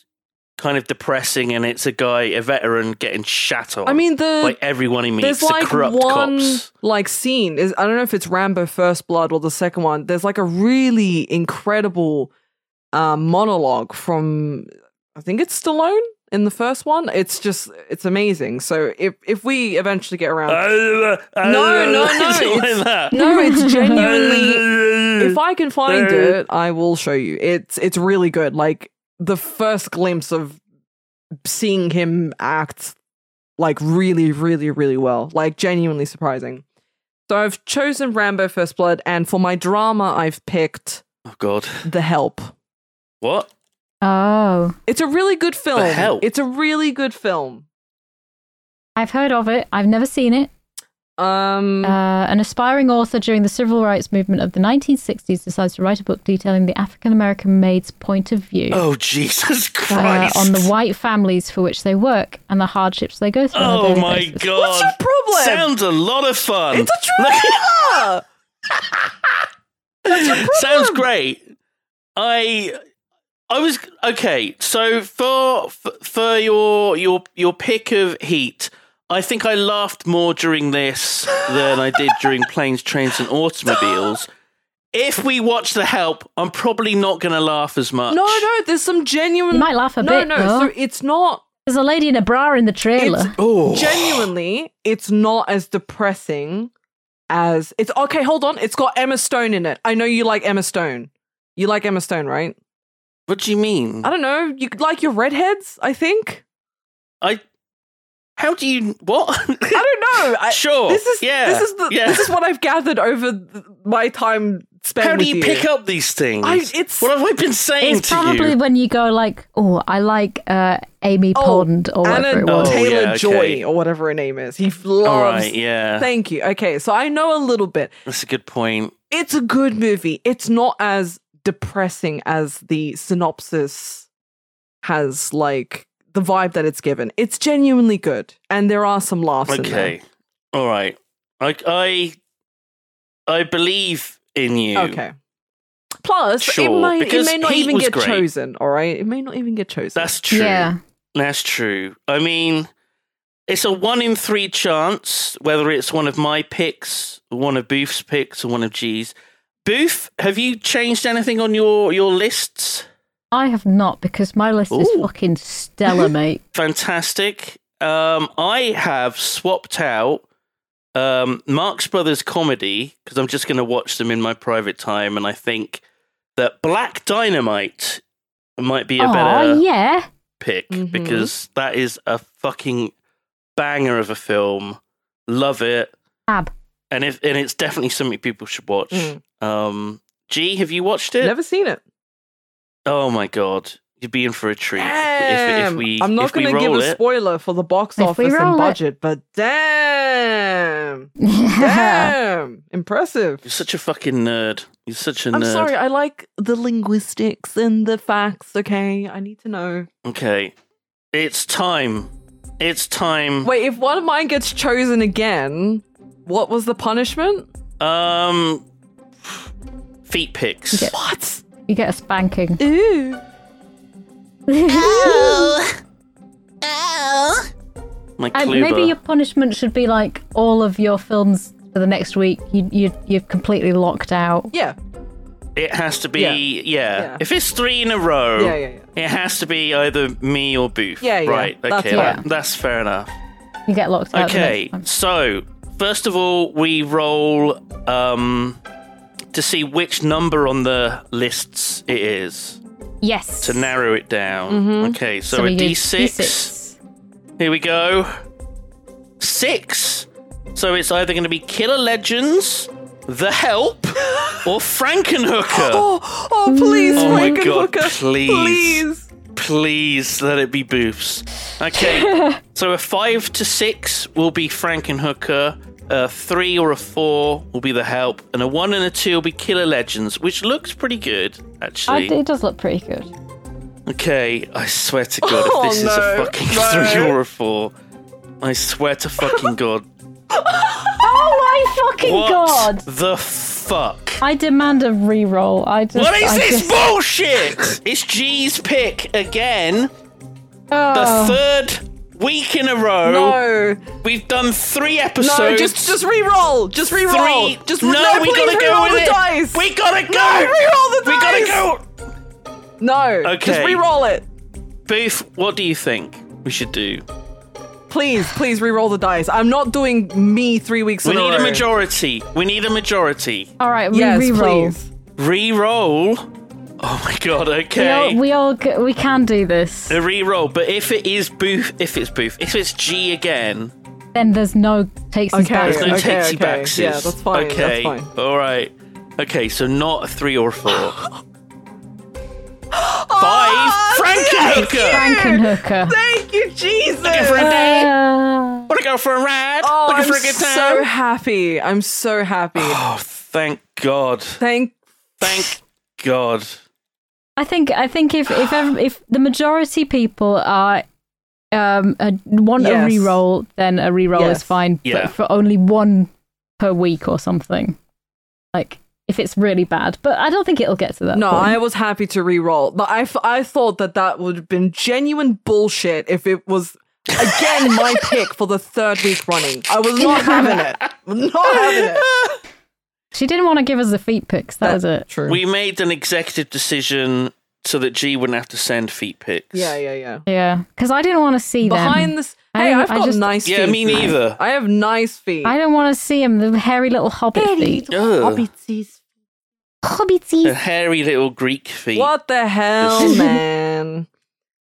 S2: kind of depressing, and it's a guy, a veteran, getting shat on.
S3: I mean, the.
S2: like everyone he meets,
S3: there's
S2: the
S3: like
S2: corrupt
S3: one
S2: cops.
S3: like scene is I don't know if it's Rambo First Blood or the second one. There's like a really incredible um, monologue from I think it's Stallone in the first one. It's just it's amazing. So if if we eventually get around
S2: no,
S3: no,
S2: [laughs]
S3: no, it's- [laughs] No, it's genuinely. if
S5: Mm.
S3: I can find it, I will show you. It's it's really good. Like the first glimpse of seeing him act like really, really, really well. Like genuinely surprising. So I've chosen Rambo First Blood, and for my drama, I've picked
S2: oh god,
S3: The Help.
S2: what?
S4: Oh,
S3: It's a really good film.
S2: Help?
S3: It's a really good film.
S4: I've heard of it. I've never seen it.
S3: Um,
S4: Uh, an aspiring author during the civil rights movement of the 1960s decides to write a book detailing the African American maid's point of view
S2: Oh Jesus
S4: uh,
S2: Christ!
S4: on the white families for which they work and the hardships they go through. on a
S2: Oh
S4: daily
S2: my
S4: basis.
S2: god!
S3: What's your problem? [laughs] Ah!
S2: Sounds a lot of fun.
S3: it's a drama.
S2: Sounds great. I I was okay. So for f- for your your your pick of heat, I think I
S3: [laughs]
S2: laughed more during this than I did during planes, trains, and automobiles. If we watch The Help, I'm probably not going to laugh as much.
S3: No, no, there's some genuine.
S4: You might laugh a
S3: no,
S4: bit,
S3: No,
S4: though.
S3: so it's not.
S4: There's a lady in a bra in the trailer.
S3: It's
S2: Oh,
S3: genuinely, it's not as depressing as it's. Okay, hold on. It's got Emma Stone in it. I know you like Emma Stone. You like Emma Stone, right?
S2: what do you mean?
S3: I don't know. You like your redheads? I think.
S2: I. How do you what? [laughs]
S3: I don't know. I,
S2: Sure,
S3: This is
S2: yeah,
S3: This is the,
S2: yeah.
S3: this is what I've gathered over th- my time spent.
S2: How do
S3: with
S2: you pick up these things?
S3: I- it's-
S2: what have I been saying
S4: It's
S2: to
S4: probably
S2: you?
S4: when you go like, oh, I like uh, Amy
S3: Oh,
S4: Pond or whatever
S3: Anna
S4: it was.
S2: Oh,
S3: Taylor
S2: yeah, okay.
S3: Joy or whatever her name is. He loves.
S2: All right, yeah,
S3: Thank you. Okay, so I know a little bit.
S2: that's a good point.
S3: It's a good movie. It's not as depressing as the synopsis has like the vibe that it's given. It's genuinely good, and there are some laughs. in there.
S2: Okay, all right. I I I believe in you.
S3: Okay. Plus,
S2: Sure,
S3: it may it
S2: because
S3: may not
S2: Heat
S3: even
S2: was
S3: get
S2: great.
S3: chosen. All right, it may not even get chosen.
S2: that's true.
S4: Yeah.
S2: That's true. I mean, it's a one in three chance whether it's one of my picks, one of Booth's picks, or one of G's. Booth, have you changed anything on your your lists?
S4: I have not because my list is
S2: Ooh.
S4: fucking
S2: [laughs]
S4: stellar, mate.
S2: Fantastic. Um, I have swapped out um, Marx Brothers comedy because I'm just going to watch them in my private time, and I think that Black Dynamite might be a better uh,
S4: Oh yeah,
S2: pick
S3: Mhm.
S2: because that is a fucking banger of a film. Love it,
S4: ab.
S2: and if and it's definitely something people should watch.
S3: Mm.
S2: Um, G, have you watched it?
S3: Never seen it.
S2: Oh my god, you'd be in for a treat if, if, if
S3: Damn.
S2: we
S3: I'm
S2: if
S3: not
S2: we
S3: going to give
S2: roll
S3: a
S2: it.
S3: spoiler for the box
S4: If we
S3: office
S4: roll
S3: and
S4: it.
S3: budget, but
S4: [laughs]
S3: damn,
S4: Yeah.
S3: damn, impressive.
S2: You're such a fucking nerd. You're such a
S3: I'm
S2: nerd.
S3: sorry. I like the linguistics and the facts. Okay, I need to know.
S2: Okay, it's time. It's time.
S3: Wait, if one of mine gets chosen again, what was the punishment?
S2: Um, feet picks.
S4: Yeah.
S3: What?
S4: You get
S2: [laughs]
S4: a spanking. [laughs]
S3: Ooh.
S7: Oh. Oh.
S2: My
S4: And
S2: Kluber.
S4: maybe your punishment should be like all of your films for the next week. You you you're completely locked out.
S3: Yeah.
S2: It has to be.
S3: Yeah.
S2: Yeah.
S3: Yeah.
S2: If it's three in a row.
S3: Yeah, yeah,
S2: It has to be either me or Booth.
S3: Yeah, yeah,
S2: Right. Okay.
S3: that's
S2: that-
S4: right.
S2: that's fair enough.
S4: You get locked out. the
S2: Okay.
S4: next time.
S2: So first of all, we roll um, to see which number on the lists it is
S4: Yes.
S2: to narrow it down.
S3: Mm-hmm.
S2: Okay. So, a
S4: we do
S2: D6. Here we go. Six. So it's either going to be Killer Legends, The Help, or Frankenhooker.
S3: Oh, oh, please,
S2: Oh my
S3: Franken
S2: God,
S3: Hooker,
S2: please.
S3: please.
S2: Please let it be Boofs.
S3: [laughs]
S2: Okay, so a five to six will be Frankenhooker. A three or a four will be the help, and a one and a two will be Killer Legends, which looks pretty good,
S4: I,
S2: actually.
S4: it does look pretty good.
S2: Okay, I swear to God,
S3: Oh,
S2: if this is
S3: no,
S2: a fucking
S3: no.
S2: three or a four, I swear to
S3: [laughs]
S2: fucking God,
S4: Oh my fucking
S2: what
S4: god!
S2: the fuck?
S4: I demand a re-roll. I just.
S2: What is
S4: I
S2: this
S4: just-
S2: bullshit? it's G's pick again, the
S4: Oh.
S2: third week in a row.
S3: No,
S2: We've done three episodes.
S3: no, just just re-roll, just
S2: three.
S3: re-roll, just
S2: no, we
S3: please
S2: gotta go
S3: re-roll
S2: with
S3: the
S2: it.
S3: dice.
S2: We gotta go.
S3: re-roll the
S2: we
S3: dice.
S2: gotta go.
S3: no, just
S2: Okay.
S3: re-roll it,
S2: Booth, what do you think we should do?
S3: please, please re-roll the dice. I'm not doing me three weeks
S2: We
S3: in
S2: need
S3: a
S2: a
S3: row.
S2: majority. We need a majority.
S4: All right, we
S3: Yes,
S4: re-roll.
S3: please.
S2: Re-roll. Oh my god.
S4: We all,
S2: Okay.
S4: we all c- we can do this.
S2: a re-roll, but if it is Booth, if it's Booth, if it's G again,
S4: Then there's no takes us
S3: Okay.
S4: back.
S2: There's no
S3: Okay,
S2: takesy
S3: okay.
S2: backsies.
S3: Yeah, that's fine, that's
S2: Okay.
S3: fine.
S2: All right. Okay, so not a three or a
S3: [gasps]
S2: four. [gasps] Five.
S3: Oh,
S2: Frankenhooker. [laughs]
S4: Frankenhooker.
S3: Thank you, Jesus.
S2: Looking for a day.
S4: Uh,
S2: Want to go for a ride?
S3: Oh,
S2: Looking
S3: I'm
S2: for a good
S3: so
S2: time.
S3: happy. I'm so happy.
S4: [sighs]
S2: oh, thank God.
S3: Thank.
S2: Thank God.
S4: I think I think if if ev- if the majority people are um uh, want
S3: Yes.
S4: a re-roll, then a re-roll
S3: Yes.
S4: is fine.
S2: Yeah.
S4: But for only one per week or something, like if it's really bad. But I don't think it'll get to that.
S3: No,
S4: point.
S3: I was happy to re-roll, but I, f- I thought that that would have been genuine bullshit if it was
S4: [laughs]
S3: again my pick for the third week running. I was not having it. Not having it.
S4: She didn't want to give us the feet pics. [laughs] That was it.
S3: True.
S2: We made an executive decision so that G wouldn't have to send feet pics.
S3: yeah, yeah, yeah.
S4: Yeah, because I didn't want to see
S3: Behind
S4: them.
S3: this,
S4: I
S3: hey,
S4: don't-
S3: I've
S4: I
S3: got
S4: just-
S3: nice feet.
S2: Yeah, me neither.
S3: I have nice feet.
S4: I don't want to see them. The hairy little hobbit feet.
S2: Ugh. A
S4: Hobbities.
S2: hairy little Greek feet.
S3: What the
S2: [laughs]
S3: hell,
S2: This-
S3: man?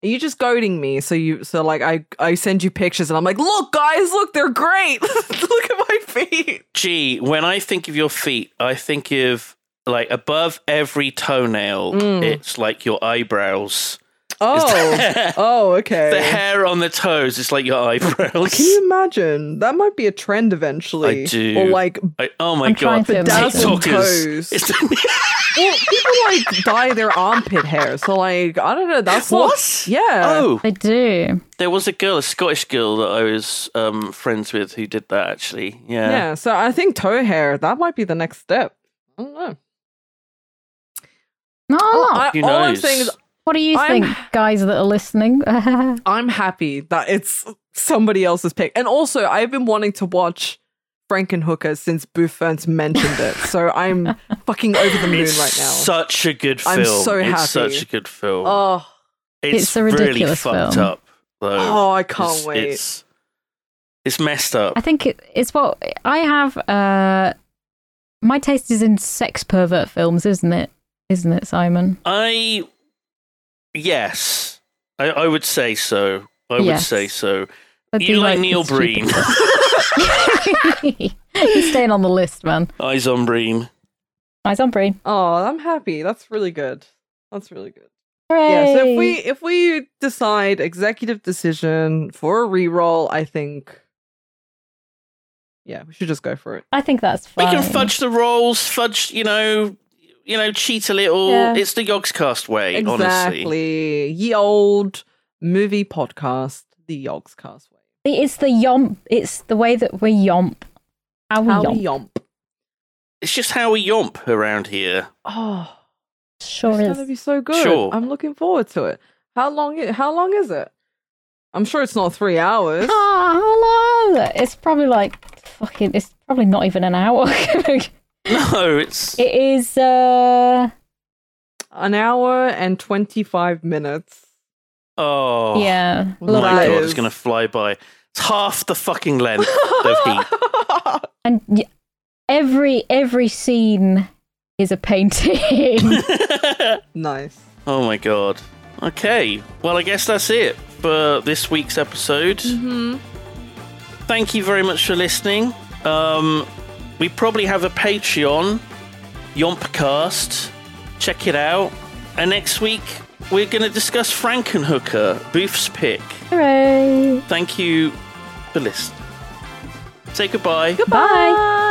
S3: Are you just goading me? So you, so like, I, I send you pictures, and I'm like, look, guys, look, they're great. [laughs] look at my feet.
S2: G, when I think of your feet, I think of like above every toenail,
S3: Mm.
S2: it's like your eyebrows. [laughs]
S3: Oh, oh, okay.
S2: The hair on the toes is like your eyebrows.
S3: Can you imagine? That might be a trend eventually.
S2: I do.
S3: Or like,
S2: I, oh my
S4: I'm trying
S2: god,
S4: to
S2: the
S4: imagine.
S2: TikTokers.
S3: Toes.
S2: [laughs]
S3: well, people like dye their armpit hair. So like, I don't know. That's not-
S2: what?
S3: yeah.
S2: Oh,
S4: They do.
S2: there was a girl, a Scottish girl that I was um, friends with who did that actually. Yeah.
S3: Yeah, so I think toe hair, that might be the next step. I don't know.
S4: Not a lot.
S3: I,
S2: Who
S3: all I'm
S2: knows?
S3: saying is
S4: what do you
S3: Oh, I'm-
S4: think, guys that are listening? [laughs]
S3: I'm happy that it's somebody else's pick. And also, I've been wanting to watch Frankenhooker since Bufferns mentioned it. So I'm
S2: [laughs]
S3: fucking over the moon
S2: It's
S3: right now.
S2: such a good film.
S3: I'm so
S2: it's
S3: happy.
S2: such a good film.
S3: oh,
S2: it's,
S4: It's a
S2: really
S4: ridiculous
S2: fucked
S4: film.
S2: up. Though.
S3: oh, I can't
S2: It's-
S3: wait.
S2: It's, it's messed up.
S4: I think it, it's what I have. Uh, my taste is in sex pervert films, isn't it? Isn't it, Simon?
S2: I yes, I, I would say so. I would
S4: Yes.
S2: say so.
S4: I
S2: you
S4: do
S2: like,
S4: like
S2: Neil
S4: the stupid
S2: Breen, [laughs]
S4: [laughs] He's staying on the list, man.
S2: eyes on Breen.
S4: Eyes on Breen.
S3: oh, I'm happy. That's really good. That's really good.
S4: Hooray.
S3: Yeah, so if we if we decide executive decision for a reroll, I think yeah, we should just go for it.
S4: I think that's
S2: We
S4: fine.
S2: can fudge the rolls, fudge you know, you know, cheat a little.
S3: Yeah.
S2: It's the Yogscast way,
S3: exactly.
S2: honestly.
S3: Ye old movie podcast, the Yogs Cast way.
S4: It's the yomp. It's the way that we yomp. How we
S3: How
S4: yomp.
S3: we yomp.
S2: It's just how we yomp around here. [laughs]
S3: Oh,
S4: Sure
S3: it's
S4: is.
S3: gonna be so good.
S2: Sure.
S3: I'm looking forward to it. How long? i- How long is it? I'm sure it's not
S4: [laughs]
S3: three hours.
S4: Ah, how long? It's probably like fucking. It's probably not even an hour. [laughs] it
S2: No, it's
S4: is. uh
S3: An hour and twenty five minutes.
S2: oh
S4: Yeah.
S2: my
S3: Well, that
S2: god,
S3: is-
S2: it's gonna fly by. It's half the fucking length
S4: [laughs]
S2: of heat.
S4: And y- every every scene is a painting.
S3: [laughs]
S4: [laughs]
S3: nice.
S2: Oh my god. Okay. Well, I guess that's it for this week's episode. Thank you very much for listening. Um, we probably have a Patreon, Yompcast. Check it out. And next week, we're going to discuss Frankenhooker, Booth's pick.
S4: Hooray!
S2: [laughs] Thank you for listening. Say goodbye.
S4: Bye.